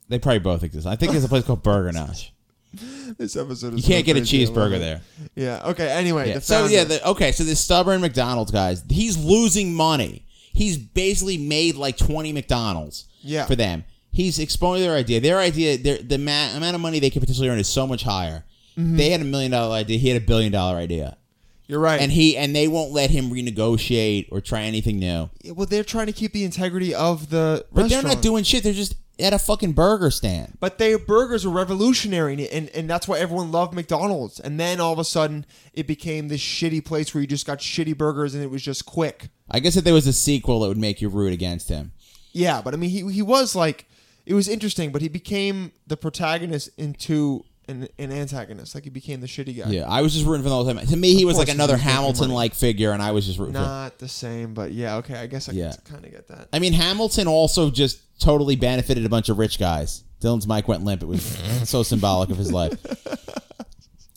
They probably both exist. I think there's a place called Burger Nosh.
This episode
You
is
can't
so
get a
crazy. I love
cheeseburger
it.
there.
Yeah. Okay. Anyway,
Yeah.
the
So
founder.
yeah, the, okay. So this stubborn McDonald's guys, he's losing money. He's basically made like twenty McDonald's.
Yeah.
For them, he's exposing their idea. Their idea, their, the ma- amount of money they could potentially earn is so much higher.
Mm-hmm.
They had a million dollar idea. He had a billion dollar idea,
you're right.
and he and they won't let him renegotiate or try anything new.
well, they're trying to keep the integrity of the
But
restaurant.
they're not doing shit. They're just at a fucking burger stand.
But their burgers were revolutionary, and, and and that's why everyone loved McDonald's. And then all of a sudden, it became this shitty place where you just got shitty burgers, and it was just quick.
I guess if there was a sequel, it would make you root against him.
Yeah, but I mean, he he was like, it was interesting, but he became the protagonist into an, an antagonist. Like he became the shitty guy.
Yeah, I was just rooting for the whole time. To me, he was
course
like
he
another
was making money.
Hamilton-like figure, and I was just rooting for. him.
Not the same, but yeah, okay. I guess I
Yeah.
kind of get that.
I mean, Hamilton also just totally benefited a bunch of rich guys. Dylan's mic went limp. It was so symbolic of his life.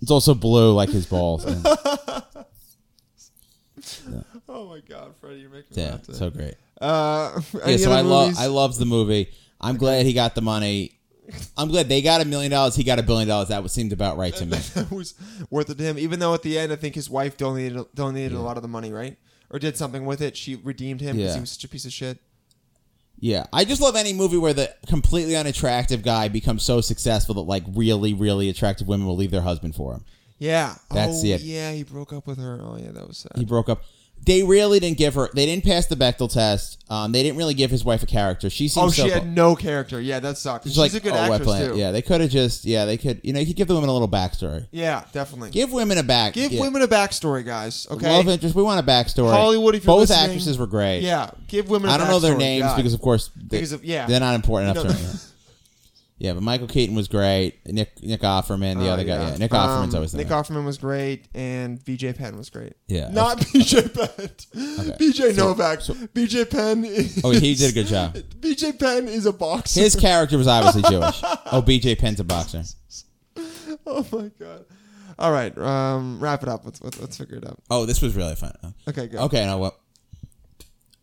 It's also blue like his balls. Yeah,
Oh my god, Freddie, you're making me
Yeah,
laugh. today.
so great.
uh,
Yeah,
any
so
other
I love
movies?
I loved the movie. I'm glad he got the money. I'm glad they got a million dollars. He got a billion dollars. That would seemed about right to me.
that was worth it to him. Even though at the end, I think his wife donated donated a lot of the money, right? Or did something with it. She redeemed him because
Yeah.
he was such a piece of shit.
Yeah, I just love any movie where the completely unattractive guy becomes so successful that like really, really attractive women will leave their husband for him.
Yeah,
That's
oh,
it.
Yeah, he broke up with her. Oh yeah, that was sad.
he broke up. They really didn't give her. They didn't pass the Bechtel test. Um, they didn't really give his wife a character. She seems
oh,
so.
she had no character. Yeah, that sucked. She's,
she's like,
a good
oh, wet
actress
plant.
too.
Yeah, they could have just. Yeah, they could. You know, you could give the women a little backstory.
Yeah, definitely. Give,
Give women a back. yeah.
women a backstory, guys. Okay.
love interest. We want a backstory.
Hollywood, if you're
both
listening,
actresses were great.
Yeah, give women. I
I don't know their names because, of course, they,
Because of- yeah.
they're not important
You
enough
know-
to remember. Yeah, but Michael Keaton was great. Nick Nick Offerman, the other guy. Yeah, Nick
Um,
Offerman's always the
Nick
man.
Offerman was great, and VJ Penn was great.
Yeah.
not BJ Penn. BJ Novak. BJ Penn. Is,
Oh, he did a good job.
BJ Penn is a boxer.
His character was obviously Jewish. Oh, BJ Penn's a boxer.
oh my god. All right, um, wrap it up. Let's, let's let's figure it out.
Oh, this was really fun.
Okay, go.
Okay, no, what?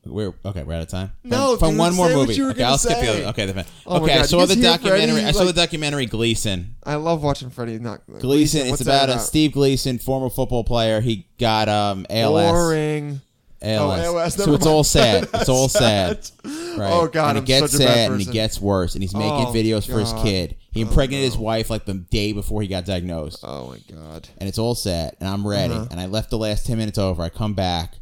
We're okay. We're out of time.
No,
from, from
dude,
one more
say what
movie.
you were
okay,
gonna
I'll skip the
say.
other. Okay, the fan.
Oh my
okay, I
God,
saw
you
the
see it,
documentary.
Freddie?
I saw
Like-
the documentary Gleason.
I love watching Freddie knock.
Gleason. It's
what's
about,
that
a Steve Gleason, former football player. He got um ALS.
Boring.
ALS.
Oh, ALS,
so
never
it's all
mind.
sad. It's all sad. Right.
Oh god,
and
I'm
he gets
such a bad
sad and he
person.
gets worse, and he's making
Oh,
videos for his
God.
kid. He impregnated his wife like the day before he got diagnosed.
Oh my god.
and it's all set and I'm ready
Uh-huh.
and I left the last 10 minutes over I come back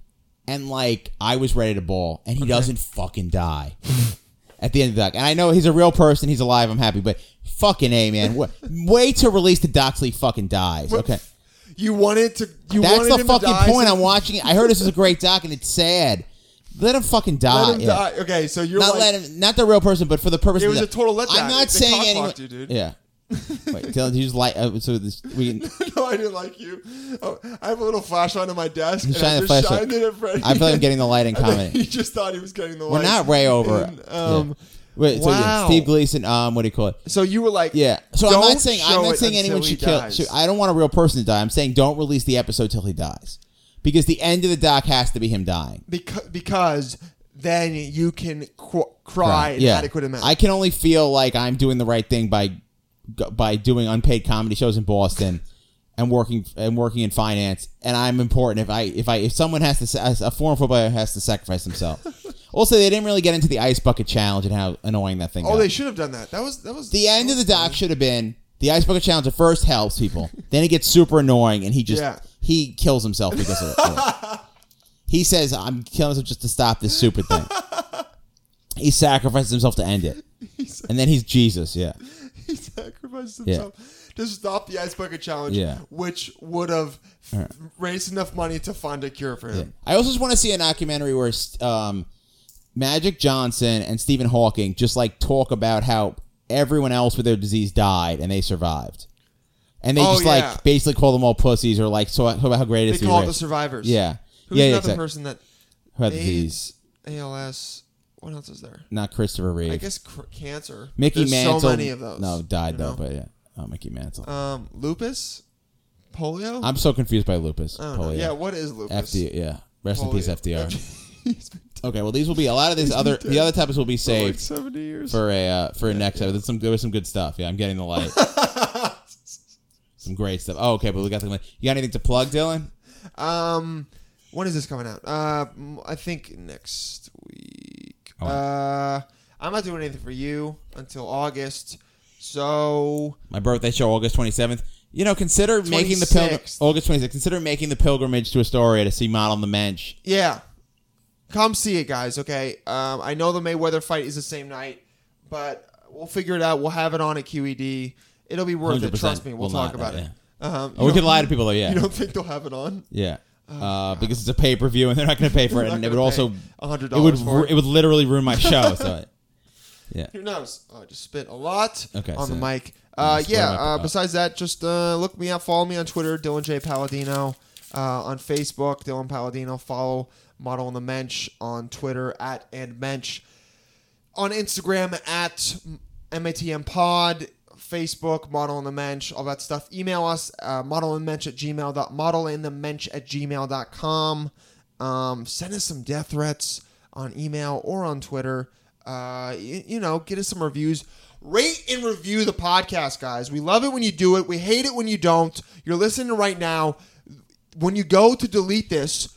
and like I was ready to ball and he doesn't fucking die at the end of the doc and I know he's a real person he's alive I'm happy but fucking a man what way to release the Doxley fucking dies okay
You wanted to. You
that's
wanted
the
him to
fucking
die
point
so-
I'm watching it. I heard this is a great doc and it's sad let him fucking die,
Let him
Ah, yeah.
die. Okay, so you're
not
like,
let him not the real person but for the purpose
It
of
was
the-
a total letdown.
I'm not
They
saying anyone
cock-blocked you, dude.
yeah Wait, Dylan, did you just light? Uh, so this, we can,
no, I didn't like you. Oh, I have a little flashlight on my desk. And
shine
I
the
just
flashlight.
shined it at Freddie.
I feel like I'm getting the lighting
And
comment.
He just thought he was getting the.
We're
lights.
not way over.
And, um,
Yeah. Wait, so yeah,
wow.
Steve Gleason. Um, what do you call it?
So you were like,
Yeah. So I'm
don't
not saying I'm
show
not
it
saying
until
anyone
he
should kill.
dies.
should- I don't want a real person to die. I'm saying don't release the episode till he dies, because the end of the doc has to be him dying.
because because then you can qu- cry an
Yeah.
adequate amount.
I can only feel like I'm doing the right thing by by doing unpaid comedy shows in Boston. And working and working in finance, and I'm important. If I if I if someone has to sa- a former football player has to sacrifice himself. also, they didn't really get into the ice bucket challenge and how annoying that thing.
oh,
got.
they should have done that. That was that was
The end of the doc should have been the ice bucket challenge. At first helps people, then it gets super annoying, and he just
Yeah.
he kills himself because of it. He says, "I'm killing myself just to stop this stupid thing." he sacrifices himself to end it, and then he's Jesus. Yeah,
he sacrificed himself to stop the ice bucket challenge,
Yeah.
which would have raised enough money to find a cure for him.
I also just want to see a documentary where um, Magic Johnson and Stephen Hawking just like talk about how everyone else with their disease died and they survived, and they
Oh,
just
yeah.
like basically call them all pussies or like so talk about how great it is
They
to be
call it the
rich.
survivors.
Yeah,
Who's
yeah, yeah,
another
exactly.
person that
Who had the disease?
AIDS, ALS? What else is there?
Not Christopher Reeve.
I guess cr- cancer.
Mickey
There's
Mantle.
So many of those.
No, died
you
though,
know?
but yeah. Oh, Mickey Mantle.
um, lupus, polio.
I'm so confused by lupus.
I don't know.
Polio.
Yeah, what is lupus?
FD, yeah. Rest in peace, FDR.
FDR.
okay, well, these will be a lot of these other the other topics will be
like
saved
seventy years.
for a uh, for a next episode. There's some there was some good stuff. Yeah, I'm getting the light. some great stuff. Oh, okay, but we got the you got anything to plug, Dylan?
Um, when is this coming out? Uh, m- I think next week.
Oh.
Uh, I'm not doing anything for you until August. So
My birthday show, August 27th. You know, consider making the pilgrimage
26th.
August 26th. Consider making the pilgrimage to Astoria to see Model on the Mensch.
yeah, come see it, guys. Okay. Um, I know the Mayweather fight is the same night, but we'll figure it out. We'll have it on at QED. It'll be worth it.
100%
Trust me. We'll,
will
talk
not,
about
yeah.
it. Um,
Oh,
you
we could
don't-
lie to people though. Yeah.
You don't think they'll have it on?
Yeah. uh, because it's a pay per view and they're not going to pay for it,
Oh, not
and it
gonna
would also
pay $100
It would
for
ru-
it.
it would literally ruin my show. So, yeah.
Who knows? Oh, I just spit a lot
Okay,
on
so-
the mic. Uh,
Just
yeah.
what am I-
Uh,
oh.
besides that, just uh, look me up. Follow me on Twitter, Dylan J Paladino. Uh, on Facebook, Dylan Paladino. Follow Model on the Mensch on Twitter at and Mensch. On Instagram at MATM Pod. Facebook, Model on the Mensch, all that stuff. Email us, uh, model in the mensch at gmail. dot- Model in the mensch at gmail.com. Um, send us some death threats on email or on Twitter. Uh, you, you know, get us some reviews. Rate and review the podcast, guys. We love it when you do it. We hate it when you don't. You're listening right now. When you go to delete this,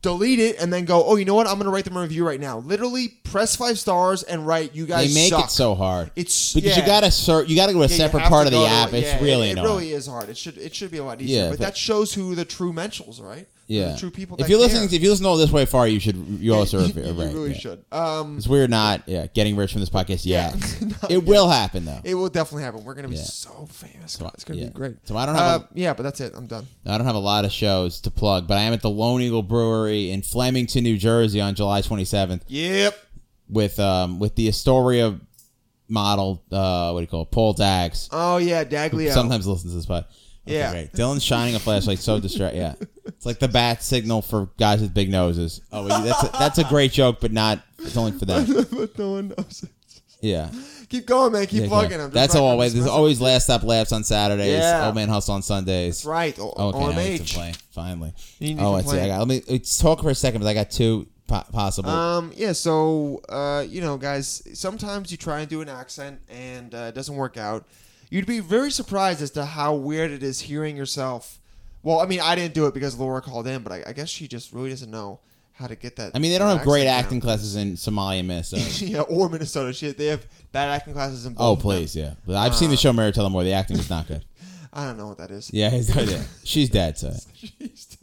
delete it and then go, oh, you know what? I'm going to write them a review right now. Literally press five stars and write, you guys
They make
suck.
it so hard.
It's
because
yeah.
you gotta ser- you gotta go to a
Yeah, you
separate
have
part
to
of the
go to
app.
it.
It's
Yeah,
really
it, it
annoying.
really is hard. It should it should be a lot easier.
Yeah,
but,
but-
that shows who the true mentals, right?
yeah.
the true people.
if
that
you're listening,
care.
if you listen all this way far, you should you also
you,
review.
you
right,
really
yeah.
should. Um,
It's weird not yeah getting rich from this podcast
Yeah.
yet.
Not
it will happen though.
it will definitely happen. We're gonna be
Yeah.
so famous. guys. It's gonna
yeah.
be great.
So I don't have
Uh, yeah, but that's it. I'm done.
I don't have a lot of shows to plug, but I am at the Lone Eagle Brewery in Flemington, New Jersey, on July 27th.
Yep.
with um with the Astoria model, uh, what do you call it? Paul Dags.
Oh yeah, Daglio.
Sometimes listens to this pod. Okay,
Yeah.
great. Dylan's shining a flashlight, so distract. Yeah, it's like the bat signal for guys with big noses. Oh, wait, that's a, that's a great joke, but not. It's only for them.
but no one knows.
Yeah,
Keep going, man. Keep
Yeah,
plugging.
yeah.
I'm just
That's
trying to
always. There's
dismiss it.
always last stop laughs on Saturdays.
Yeah.
Old man hustle on Sundays.
That's right. O-
Oh, okay, now I need
OMH.
to play finally.
You need to
oh, I see.
play.
I got, let me let's talk for a second, because I got two po- possible.
Um, yeah, so, uh, you know, guys, sometimes you try and do an accent and uh, it doesn't work out. You'd be very surprised as to how weird it is hearing yourself. Well, I mean, I didn't do it because Laura called in, but I, I guess she just really doesn't know how to get that.
I mean, they don't
that
have great acting
accent
classes in Somalia, Miss. So.
down. yeah, or Minnesota. Shit, they have bad acting classes in both.
Oh
of them.
please, yeah. But I've
Uh.
seen the show Mary Tyler Moore. The acting is not good.
I don't know what that is.
Yeah, his idea. she's dead. So
Jeez.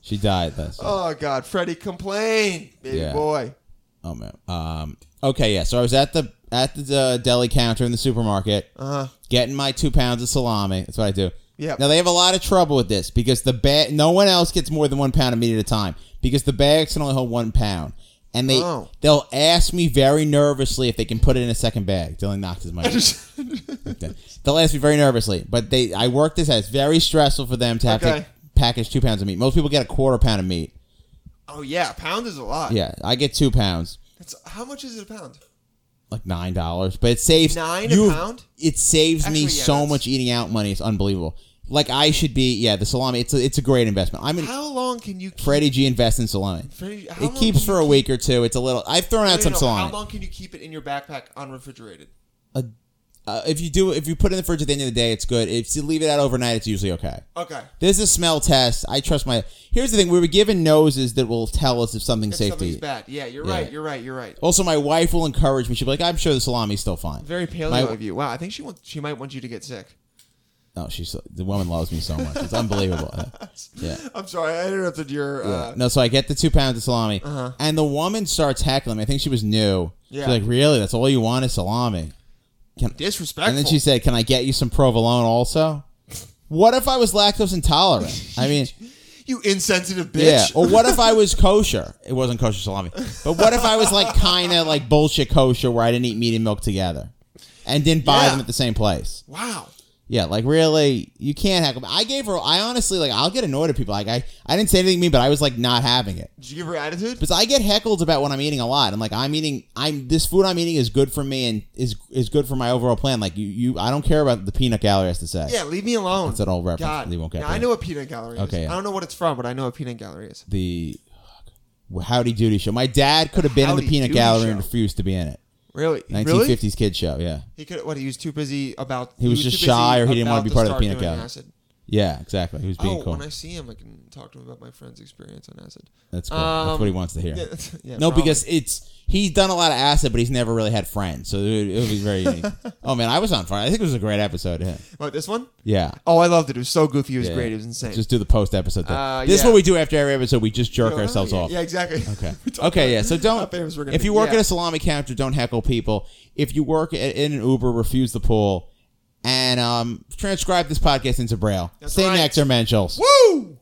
she died last. year.
oh, God. Freddie, complain, baby
Yeah.
boy.
Oh man. Um. Okay. Yeah. So I was at the at the uh, deli counter in the supermarket,
Uh-huh.
getting my two pounds of salami. That's what I do.
Yep.
Now they have a lot of trouble with this because the bag. No one else gets more than one pound of meat at a time because the bags can only hold one pound. And they
Oh.
they'll ask me very nervously if they can put it in a second bag. Dylan knocked his mic. them. They'll ask me very nervously, but they I work this out. It's very stressful for them to have
Okay.
to package two pounds of meat. Most people get a quarter pound of meat.
oh, yeah. a Pound is a lot.
Yeah, I get two pounds,
It's, how much is it a pound?
like nine dollars, but it saves
Nine
you-
a pound?
It saves me
Actually, yeah,
so
that's-
much eating out money. It's unbelievable. Like I should be. Yeah, the salami. It's a, it's a great investment. I'm in
How long can you keep
Freddie G invests in salami.
Freddie- how
it
long
keeps
can you
for a
keep-
week or two. It's a little. I've thrown out
No,
some
no, no.
salami.
How long can you keep it in your backpack unrefrigerated?
Uh, uh, if you do, if you put it in the fridge at the end of the day, it's good. If you leave it out overnight, it's usually okay.
Okay.
There's a smell test. I trust my. Here's the thing: we were given noses that will tell us if something's
If
safe to
something's
eat.
bad. Yeah, you're
Yeah.
right. You're right. You're right.
Also, my wife will encourage me. She'll be like, "I'm sure the salami's still fine."
Very paleo
My-
of you. Wow, I think she wants. She might want you to get sick.
Oh, she's so- the woman loves me so much. It's unbelievable.
Uh-huh.
Yeah.
I'm sorry, I interrupted your. Uh,
No, so I get the two pounds of salami, and the woman starts heckling me. I think she was new.
Uh-huh. Yeah.
She's like, "Really? That's all you want is salami?"
Disrespectful.
And then she said, "Can I get you some provolone also?" What if I was lactose intolerant? I mean,
"You insensitive bitch."
yeah. Oh. Or what if I was kosher? It wasn't kosher salami, but what if I was like kind of like bullshit kosher, where I didn't eat meat and milk together, and didn't buy
Yeah.
them at the same place?
wow.
Yeah, like really, you can't heckle. I gave her. I honestly like. I'll get annoyed at people. Like I, I didn't say anything mean, but I was like not having it.
Did you give her attitude?
Because I get heckled about what I'm eating a lot. I'm like, I'm eating. I'm this food I'm eating is good for me and is is good for my overall plan. Like you, you I don't care about the peanut gallery has to say.
yeah, leave me alone.
That's an old reference.
God,
They won't get
Now, I
that.
know what peanut gallery is.
Okay, yeah.
I don't know what it's from, but I know what peanut gallery is.
The Howdy Doody show. My dad could have been in
Howdy
the peanut
Doody
gallery
show.
and refused to be in it.
Really?
1950s
Really?
kid show. Yeah.
He could. What? He was too busy about.
He was just
too busy
shy or he didn't wanna
about
be part of
start
peanut
doing
gallery.
Acid.
Yeah. Exactly. He was being
Oh,
cool.
when I see him, I can talk to him about my friend's experience on acid.
That's cool. That's what he wants to hear.
Um, Yeah, yeah,
no,
probably.
because it's he's done a lot of acid, but he's never really had friends. So it would, it would be very unique. oh man, I was on fire. I think it was a great episode. Yeah.
What, this one?
Yeah.
Oh, I loved it. It was so goofy. It was
Yeah.
great. It was insane.
Just do the post episode. Thing.
Uh,
this is
yeah.
what we do after every episode. We just jerk
Oh,
ourselves
yeah,
off.
Yeah, exactly.
Okay.
We talked
Okay. Yeah. So
how
don't.
famous we're gonna
If you
be.
work
Yeah.
at a salami counter, don't heckle people. If you work at, in an Uber, refuse the pull, and um, transcribe this podcast into braille. Stay
right.
next, or Menschels.
Woo!